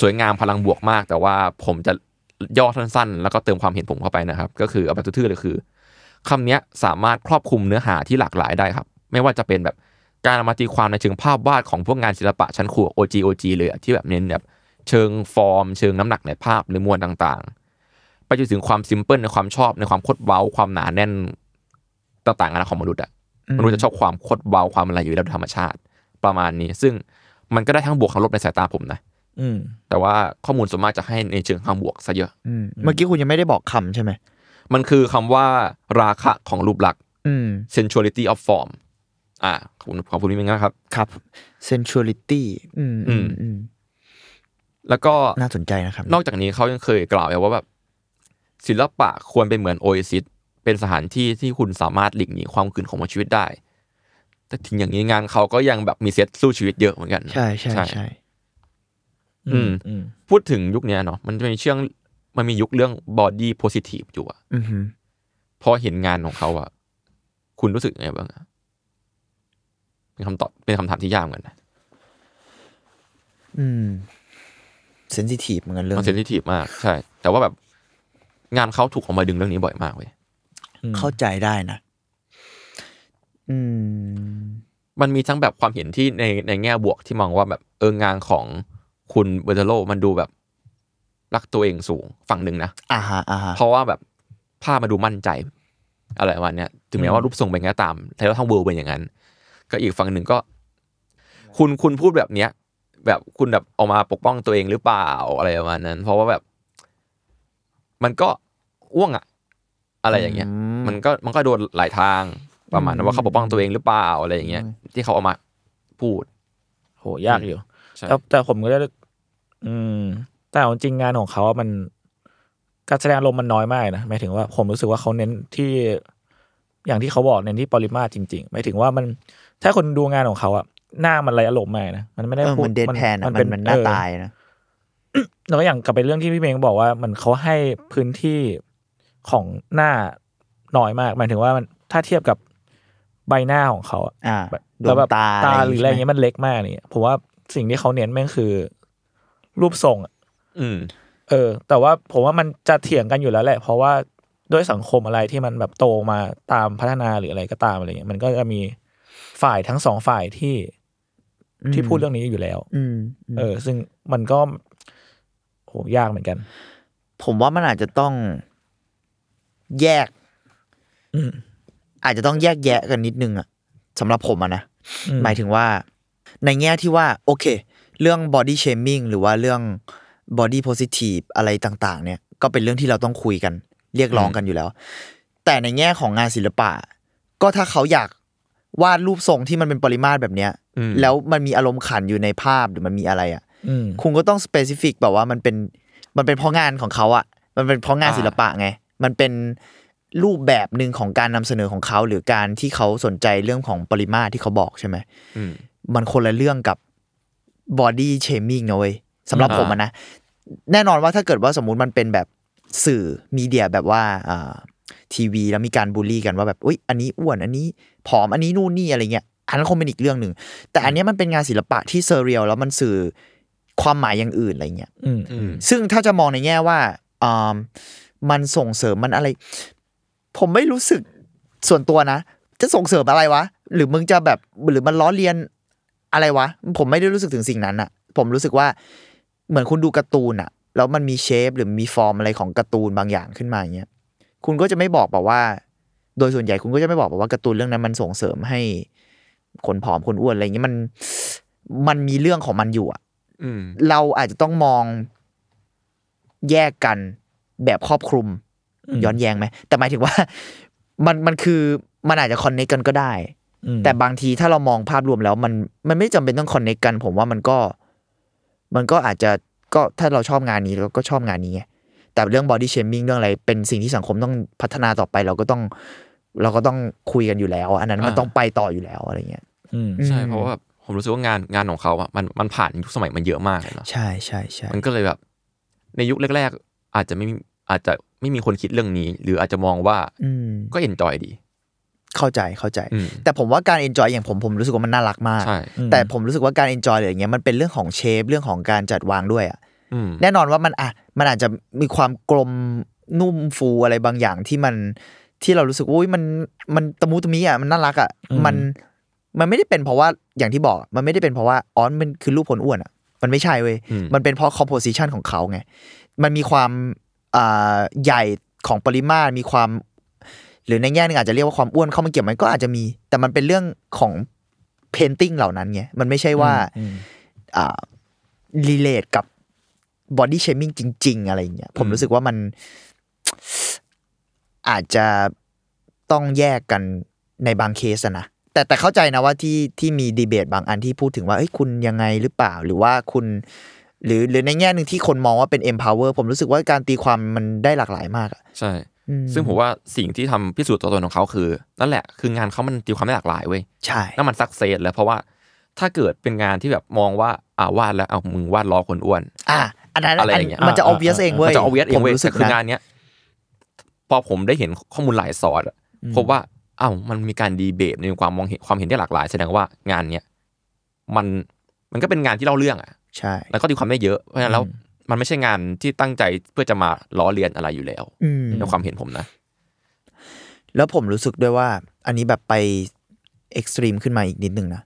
สวยงามพลังบวกมาก แต่ว่าผมจะย่อสั้นๆ แล้วก็เติมความเห็นผมเข้าไปนะครับ ก็คือเอาแบบทื่อๆเลยคือคำเนี้ยสามารถครอบคลุมเนื้อหาที่หลากหลายได้ครับ ไม่ว่าจะเป็นแบบการเอามาตีความในเชิงภาพวาดของพวกงานศิลปะชั้นครู OG OG เลยอะที่แบบเน้นแบบเชิงฟอร์ม เชิงน้ำหนักในภาพหรือมวลต่างๆ ไปจนถึงความซิมเพิลในความชอบในความโคดเว้าความหนาแน่นต่างๆนะของมนุษย์อะ มนุษย์จะชอบความโคดเบาความอะไรอยู่แล้วธรรมชาติประมาณนี้ ซึ่งมันก็ได้ทั้งบวกทั้งลบในสายตาผมนะ
อืม
แต่ว่าข้อมูลส่วนมากจะให้ในเชิงทางบวกซะเยอะ
อืมเมื่อกี้คุณยังไม่ได้บอกคำใช่ไหม
มันคือคำว่าราคะของรูปลักษณ์
อืม
sensuality of form อ่าขอบคุณขอบคุณพี่เม้งนะครับ
ครับ sensuality อืมอืมอืม
แล้วก็
น่าสนใจนะครับ
นอกจากนี้เขายังเคยกล่าวไว้ว่าแบบศิลปะควรเป็นเหมือนโอเอซิสเป็นสถานที่ที่คุณสามารถหลีกหนีความขืนของชีวิตได้ แต่ถึงอย่างนี้งานเขาก็ยังแบบมีเซตสู้ชีวิตเยอะเหมือนกัน
ใช่ใช่ใช่
อืม
อืม
พูดถึงยุคเนี้ยเนาะมันจะมีเชื่องมันมียุคเรื่อง body positive อยู่อะ
อือหือ
พอเห็นงานของเขาอะคุณรู้สึกยังไงบ้างอะเป็นคำตอบเป็นคำถามที่ยากเหมือนกันนะ
อืมเซนซิทีฟเหมือนกันเรื่อง
มันเซนซิทีฟมาก ใช่ แต่ว่าแบบงานเขาถูกเออกมาดึงเรื่องนี้บ่อยมากเว้ย
เข้าใจได้นะ อืม
มันมีทั้งแบบความเห็นที่ในในแง่บวกที่มองว่าแบบเอองานของคุณเบอร์เทโลมันดูแบบรักตัวเองสูงฝั่งหนึ่งนะ
อ่าฮะอ่าฮะ
เพราะว่าแบบภาพมาดูมั่นใจ อะไรประมาณเนี้ยถึงแม้ว่ารูปทรงเป็นไงก็ตามแต่ว่าทั้งเวิร์เป็นอย่างนั้น ก็อีกฝั่งหนึ่งก็ คุณคุณพูดแบบเนี้ย แบบคุณแบบเออกมาปกป้องตัวเองหรือเปล่าอะไรประมาณนั้น เพราะว่าแบบ มันก็อ้วงอะอะไรอย่างเงี้ย มันก็มันก็โดนหลายทางประมาณนั้นว่าเขาปกป้องตัวเองหรือเปล่าอะไรอย่างเงี้ย ที่เขาเอามาพูด
โหยากอยู่
ใช่
แต่แต่ผมก็ได้ อืม แต่เอาจริงงานของเขาอะมันการแสดงอารมณ์มันน้อยมากนะหมายถึงว่าผมรู้สึกว่าเขาเน้นที่ อย่างที่เขาบอกเน้นที่ปริมาตรจริงๆหมายถึงว่ามันถ้าคนดูงานของเขาอะหน้ามันไรอารมณ์มากนะมันไม่ได้
เออ
พูด
มันเดนแพนอะมันมันหน้า
เออ
ตายนะ
แล้วก็อย่างกลับไปเรื่องที่พี่เมงบอกว่ามันเขาให้พื้นที่ของหน้าน้อยมากหมายถึงว่ามันถ้าเทียบกับ ใบหน้าของเขาอะ
อ่า
แบบ
ดวง
แบบ
ตา
ตาหรืออะไร
ใช่หม
เงี้ยมันเล็กมากนี่ผมว่าสิ่งที่เขาเน้นแม่งคือ รูปทรงอะ
อืม
เออ แต่ว่าผมว่ามันจะเถียงกันอยู่แล้วแหละ เพราะว่าด้วยสังคมอะไรที่มันแบบโตมาตามพัฒนาหรืออะไรก็ตามอะไรเงี้ยมันก็จะมีฝ่ายทั้งสองฝ่ายที่
อืม
ที่พูดเรื่องนี้อยู่แล้ว
อืมอืม
เออ ซึ่งมันก็โหยากเหมือนกัน
ผมว่ามันอาจจะต้องแยก
อืม
อาจจะต้องแยกแยะกันนิดนึงอะสำหรับผมอะนะ
อืม
หมายถึงว่า ในแง่ที่ว่า โอเค เรื่อง body shaming หรือว่าเรื่อง body positive อะไรต่างๆ เนี่ย ก็เป็นเรื่องที่เราต้องคุยกัน เรียกร้องกันอยู่แล้ว แต่ในแง่ของงานศิลปะ ก็ถ้าเขาอยากวาดรูปทรงที่มันเป็นปริมาตรแบบเนี้ย
อืม
แล้วมันมีอารมณ์ขันอยู่ในภาพหรือมันมีอะไรอะ
อืม
คุณก็ต้องสเปซิฟิกแบบว่ามันเป็นมันเป็นเพราะงานของเขาอะมันเป็นเพราะงาน
อ่า
ศิลปะไง มันเป็นรูปแบบหนึ่งของการนำเสนอของเขา หรือการที่เขาสนใจเรื่องของปริมาตรที่เขาบอกใช่ไหม
อืม
มันคนละเรื่องกับบอดี้เชมิ n งนะเว้ยสำหรับ
อ่า
ผมอะนะ แน่นอนว่าถ้าเกิดว่าสมมุติมันเป็นแบบสื่อมีเดียแบบว่าอ่าทีวีแล้วมีการบูลลี่กันว่าแบบอุ้ยอันนี้อ้วนอันนี้ผอมอันนี้นู่นนี่อะไรเงี้ยอันนั้นคงเป็นอีกเรื่องหนึ่ง แต่อันเนี้ยมันเป็นงานศิลปะที่เซเรียลแล้วมันสื่อความหมายอย่างอื่นอะไรเงี้ย
อืม
อืม
ซึ่งถ้าจะมองในแง่ว่าอ่ามันส่งเสริมมันอะไร ผมไม่รู้สึกส่วนตัวนะ จะส่งเสริมอะไรวะ หรือมึงจะแบบหรือมันล้อเลียนอะไรวะ ผมไม่ได้รู้สึกถึงสิ่งนั้นอะผมรู้สึกว่าเหมือนคุณดูการ์ตูนอะแล้วมันมีเชฟหรือมีฟอร์มอะไรของการ์ตูนบางอย่างขึ้นมาอย่างเงี้ยคุณก็จะไม่บอกแบบว่า โดยส่วนใหญ่คุณก็จะไม่บอกแบบว่าการ์ตูนเรื่องนั้นมันส่งเสริมให้คนผอมคนอ้วนอะไรอย่างเงี้ยมันมันมีเรื่องของมันอยู่อะ
อืม
เราอาจจะต้องมองแยกกันแบบครอบคลุม
อืม
ย้อนแย้งไหม แต่หมายถึงว่า มันมันคือมันอาจจะคอนเนคกันก็ได้
อืม
แต่บางทีถ้าเรามองภาพรวมแล้ว มันมันไม่จำเป็นต้องคอนเนคกัน ผมว่ามันก็ มันก็อาจจะก็ถ้าเราชอบงานนี้เราก็ชอบงานนี้ไงแต่เรื่องบอดี้เชมิ่งเรื่องอะไร เป็นสิ่งที่สังคมต้องพัฒนาต่อไป เราก็ต้อง เราก็ต้องคุยกันอยู่แล้ว อันนั้นมัน
อ่า
ต้องไปต่ออยู่แล้วอะไรเงี้ย
อืม
ใช่
อืม
เพราะว่าแบบผมรู้สึกว่างานงานของเขาอะมันมันผ่านยุคสมัยมันเยอะมากเลยเนาะ
ใช่ใช่ใช่
มันก็เลยแบบ ในยุคแรก ๆ อาจจะไม่มีอาจจะไม่มีคนคิดเรื่องนี้ หรืออาจจะมองว่า
อืม
ก็เอนจอยดี
เข้าใจเข้าใจ
อืม
แต่ผมว่าการ enjoy อย่างผมผมรู้สึกว่ามันน่ารักมาก
ใช่
อืม
แต่ผมรู้สึกว่าการ enjoy หรืออย่างเงี้ยมันเป็นเรื่องของเชฟเรื่องของการจัดวางด้วยอะ
อืม
แน่นอนว่ามันอ่ะมันอาจจะมีความกลมนุ่มฟูอะไรบางอย่างที่มันที่เรารู้สึกว่าอุ๊ยมันมันตะมูตะมีอ่ะมันน่ารักอ่ะ
อืม
มันมันไม่ได้เป็นเพราะว่าอย่างที่บอกมันไม่ได้เป็นเพราะว่าอ๋อมันคือรูปคนอ้วนอ่ะมันไม่ใช่เว้ย
อืม
มันเป็นเพราะ composition ของเขาไง มันมีความอ่าใหญ่ของปริมาตร มีความ หรือในแง่หนึงอาจจะเรียกว่าความอ้วนเข้ามาเกี่ยวไหมก็อาจจะมี แต่มันเป็นเรื่องของ painting เหล่านั้นไง มันไม่ใช่ว่า
อืม
อ่า relate กับ body shaming จริง ๆ อะไรอย่างเงี้ย ผม
อืม
รู้สึกว่ามัน อาจจะต้องแยกกันในบางเคสอะนะ แต่แต่เข้าใจนะว่าที่ที่มีดีเบตบางอันที่พูดถึงว่าเอ้ยคุณยังไงหรือเปล่าหรือว่าคุณ หรือหรือในแง่หนึ่งที่คนมองว่าเป็น empower ผมรู้สึกว่าการตีความมันได้หลากหลายมากอะ
ใช่
อื
ซึ่งผมว่าสิ่งที่ทำพิสูจน์ตัวตนของเขาคือ นั่นแหละคืองานเขามันตีความได้หลากหลายเว้ย
ใช่
นั่นมันสักเซสแล้วเพราะว่าถ้าเกิดเป็นงานที่แบบมองว่าอ่าวาดแล้วเอามึงวาดล้อคนอ้วน
อ่ะอันนั้น
อะไรอย่างเงี้ย
มันจะ
อ่า
obvious
อ่า
เองเว้
มั
ย
นจะเอาเวียดเอ
ผ
ง
ม
เว้ย
รู้สึ
แต่
ก
คืองา
นะ
นเนี้ยพอผมได้เห็นข้อมูลหลายซอร์สอะพบว่าอ้าวมันมีการดีเบตในความมองเห็นความเห็นที่หลากหลายแสดงว่างานเนี้ยมันมันก็เป็นงานที่เล่าเรื่องอะ
ใช่
แล้วก็ตีความได้เยอะเพราะฉะนั้นแล้วมันไม่ใช่งานที่ตั้งใจเพื่อจะมาล้อเลียนอะไรอยู่แล้ว
อืม
ในความเห็นผมนะ
แล้วผมรู้สึกด้วยว่า อันนี้แบบไปเอ็กซ์ตรีมขึ้นมาอีกนิดนึงนะ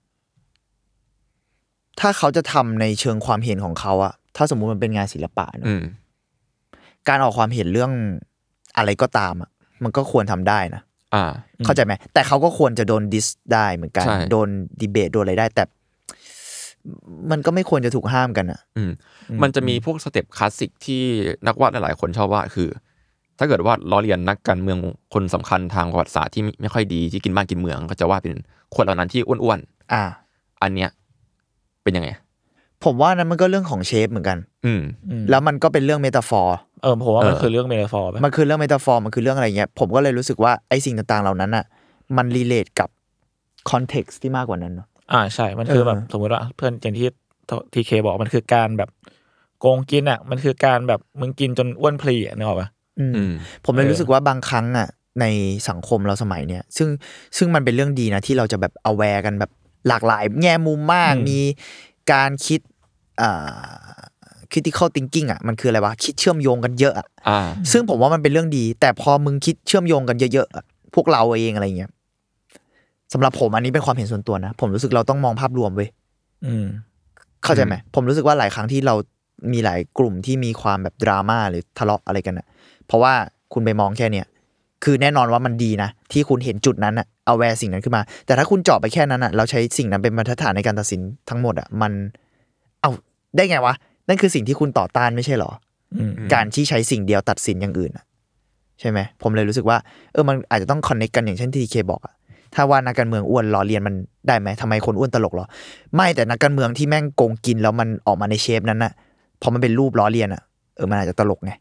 ถ้าเขาจะทำในเชิงความเห็นของเขาอะถ้าสมมุติมันเป็นงานศิลปะเนอะ
อืม
การออกความเห็นเรื่องอะไรก็ตามอะมันก็ควรทำได้นะ
อ่า
เข้าใจไหม แต่เขาก็ควรจะโดนดิสได้เหมือนกัน
ใช่
โดนดีเบตโดนอะไรได้ แต่ มันก็ไม่ควรจะถูกห้ามกันอะ
อืมมันจะมีพวกสเต็ปคลาสสิกที่นักวาดหลายๆคนชอบวาดคือ ถ้าเกิดวาดล้อเลียนนักการเมืองคนสำคัญทางประวัติศาสตร์ที่ไม่ไม่ค่อยดีที่กินบ้านกินเมือง ก็จะวาดเป็นคนเหล่านั้นที่อ้วน
อ่า
ๆอันเนี้ยเป็นยังไง
ผมว่านั้นมันก็เรื่องของเชฟเหมือนกัน
อืม
อืม
แล้วมันก็เป็นเรื่องเมตาฟอร์
เออผมว่ามัน
เออ
คือเรื่องเมฟอร์
มันคือเรื่องเมตาฟอร์มมันคือเรื่องอะไรเงี้ย ผมก็เลยรู้สึกว่าไอ้สิ่งต่างๆเหล่านั้นอ่ะ มันรีเลทกับคอนเท็กซ์ที่มากกว่านั้นเนอะ
อ่าใช่ มันคือ
เออ
แบบสมมติว่าเพื่อนอย่างที่ทีเคบอกมันคือการแบบโกงกินอ่ะ มันคือการแบบมึงกินจนอ้วนเพลียนึกออกปะ
อืม
อืม
ผมเลย
เออ
รู้สึกว่าบางครั้งอ่ะ ในสังคมเราสมัยเนี้ยซึ่งซึ่งมันเป็นเรื่องดีนะ ที่เราจะแบบเอาแวร์กันแบบหลากหลายแง่มุมมาก
อืม
มีการคิดอ่า critical thinking อ่ะมันคืออะไรวะ คิดเชื่อมโยงกันเยอะอะ
อ่า
ซึ่งผมว่ามันเป็นเรื่องดี แต่พอมึงคิดเชื่อมโยงกันเยอะๆอะพวกเราเองอะไรเงี้ยสำหรับผมอันนี้เป็นความเห็นส่วนตัวนะ ผมรู้สึกเราต้องมองภาพรวมเว้ย
อืม
เข้าใจไหมผมรู้สึกว่าหลายครั้งที่เรามีหลายกลุ่มที่มีความแบบดราม่าหรือทะเลาะอะไรกันอะเพราะว่าคุณไปมองแค่เนี้ยคือแน่นอนว่ามันดีนะ ที่คุณเห็นจุดนั้นอะเอาแวร์สิ่งนั้นขึ้นมา แต่ถ้าคุณเจาะไปแค่นั้นอะเราใช้สิ่งนั้นเป็นบรรทัดฐานในการตัดสินทั้งหมดอะมัน เอาได้ไงวะนั่นคือสิ่งที่คุณต่อต้านไม่ใช่เหรอ
อืม
อืม
การที่ใช้สิ่งเดียวตัดสินอย่างอื่นอะใช่ไหมผมเลยรู้สึกว่าเออมันอาจจะต้องคอนเน c กกันอย่างเช่นที่เคบอกอะถ้าว่านักการเมืองอ้วนล้อเลียนมันได้ไหมทำไมคนอ้วนตลกเหรอ ไม่แต่นักการเมืองที่แม่งโกงกินแล้วมันออกมาในเชฟนั้นอะพอมันเป็นรูปล้อเลียนอะเออมันอาจจะตลกไง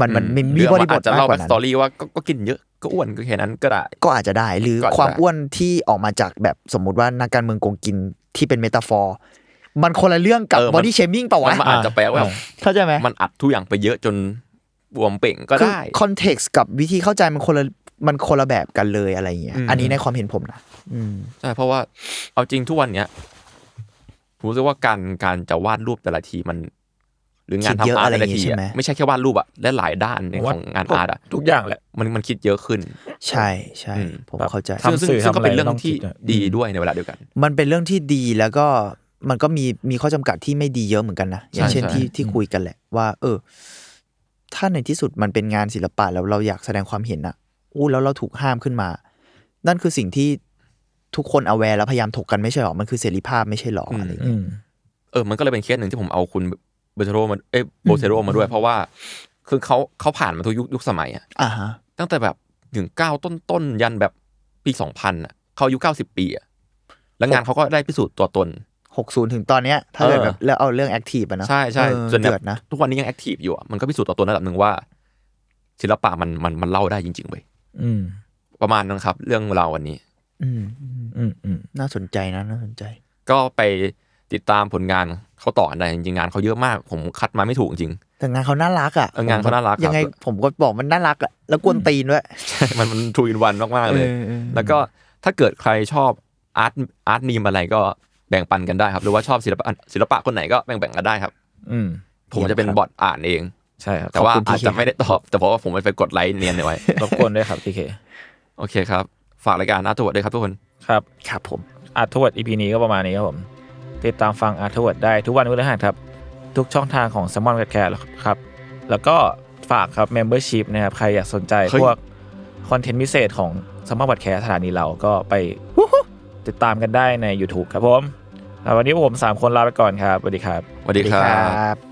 มันมันมันมีบริบท
จะ
มาก
เล่ากแบ
ว่า
บ
นั้
สตอน รี่ว่าก็ก็กินเยอะก็อ้วนก็แค่นั้นก็ได้
ก็อาจจะได้หรือ
ก็อาจจะ
ความอ้วนที่ออกมาจากแบบสมมุติว่านักการเมืองโกงกินที่เป็นเมตาฟอร์มันคนละเรื่องกับ
เออมั
บ
น
อดี้เชมิ่งปะ
มั
วะ
นมันอาจจะแปลว่า
อ่า
เข้าใจไหม
มันอัดทุกอย่างไปเยอะจนบวมเป่งก็ได้
คอนเท็กซ์กับวิธีเข้าใจมันคนละมันคนละแบบกันเลยอะไรอย่างเงี้ย
อืม
อันนี้ในความเห็นผมนะอืม
ใช่เพราะว่าเอาจริงทุกวันเนี้ยผมรู้สึกว่าการการจะวาดรูปแต่ละทีมัน หรืองาน
คิดเยอะ
ทำอาร์ตแต่
อะไรอ
ละ
ย่างงี้
ที
ใช่
อะ
ไหม
ไม่ใช่แค่วาดรูปอะและหลายด้านใน
ผม
ข
ว่า
องงานอาร์ตอะ
ทุกอย่างแหละ
มันมันคิดเยอะขึ้น
ใช่ใช่
อืม
ผม
แบบ
เข้าใจ
ทำ
ซึ่ง
สื่อ
ซึ่งซึ่ง
ทำ
ก็
อะไร
เป็นเรื่อง
ต้อง
ที่
คิดอะ
ดีด้วยในเวลาเดียวกัน
มันเป็นเรื่องที่ดีแล้วก็มันก็มีมีข้อจำกัดที่ไม่ดีเยอะเหมือนกันนะอย่างเช่น
ใช่
ที่ที่คุยกันแหละว่า เออ ถ้าในที่สุดมันเป็นงานศิลปะแล้วเราอยากแสดงความเห็นอะอู้แล้วเราถูกห้ามขึ้นมา นั่นคือสิ่งที่ทุกคนเอาแวร์แล้วพยายามถกกันไม่ใช่หรอมันคือเสรีภาพไม่ใช่หรออะไรอย่างเงี้ย
อืม
เออ มันก็เลยเป็นเคสหนึ่งที่ผมเอาคุณโบเทโรมา เอ้ยโบเทโรมาด้วย เพราะว่า คือเขาเขาผ่านมาทุกยุคยุคสมัยอะ
อ่าฮะ
ตั้งแต่แบบถึงเก้าต้นต้นๆยันแบบปีสองพันอะเขาอายุเก้าสิบปีอะแล้วงานเขาก็ได้พิสูจน์ตัวตน
หกศูนย์ถึงตอนเนี้ยถ้าเกิด
เออ
แบบแล้วเอาเรื่องแอคทีฟอะนะ
ใช่ใช่
เออ
ส่วนแบ
เดือด
บ
นะ
ทุกวันนี้ยังแอคทีฟอยู่อะมันก็พิสูจน์ตัวตนระดับหนึ่งว่า ศิลปะมันมันมันเล่าได้จริงๆเว้ย
อืม
ประมาณนั้นครับ เรื่องเราววันนี้
อืม
อืม อืม
น่าสนใจนะ น่าสนใจ
ก็ไปติดตามผลงานเขาต่อกันได้จริงๆงานเขาเยอะมากผมคัดมาไม่ถูกจริง
แต่งานเขาน่ารักอ่ะ
เอองานเขาน่ารักครับ
ยังไงผมก็บอกมันน่ารักอ่ะแล้วกวนตีนด้วย
ใช่ มันมันทูอินวันมากๆเลย แล้วก็ถ้าเกิดใครชอบอาร์ตอาร์ตนีมอะไรก็แบ่งปันกันได้ครับ หรือว่าชอบศิลปะศิลปะคนไหนก็แบ่งแบ่งๆกันได้ครับ
อืม
ผมจะเป็นบอทอ่านเอง
ใช่ครับ
แต่ว่าอาจจะไม่ได้ตอบ แต่เพราะว่าผมไปกดไลค์เนียนเอาไว้
รบกวนด้วยครับทีเค
โอเคครับ ฝากรายการอาร์ตตัวด้วยครับทุกคน
ครับ
ครับผม
อาร์ทวด EP นี้ก็ประมาณนี้ครับผม ติดตามฟังอาร์ทวดได้ทุกวันพฤหัสครับ ทุกช่องทางของ s ซ m o n c a t ครับ แล้วก็ฝากครับ Membership นะครับ ใครอยากสนใจ
เฮ้
พ
ย
วกคอนเทนต์พิเศษของ s ซ m o n c a t สถานีเราก็ไปติดตามกันได้ใน YouTube ครับผมอ่ะวันนี้พวกผม 3 คนลาไปก่อนครับสวัสดีครับ
สวัสดีครับ
บ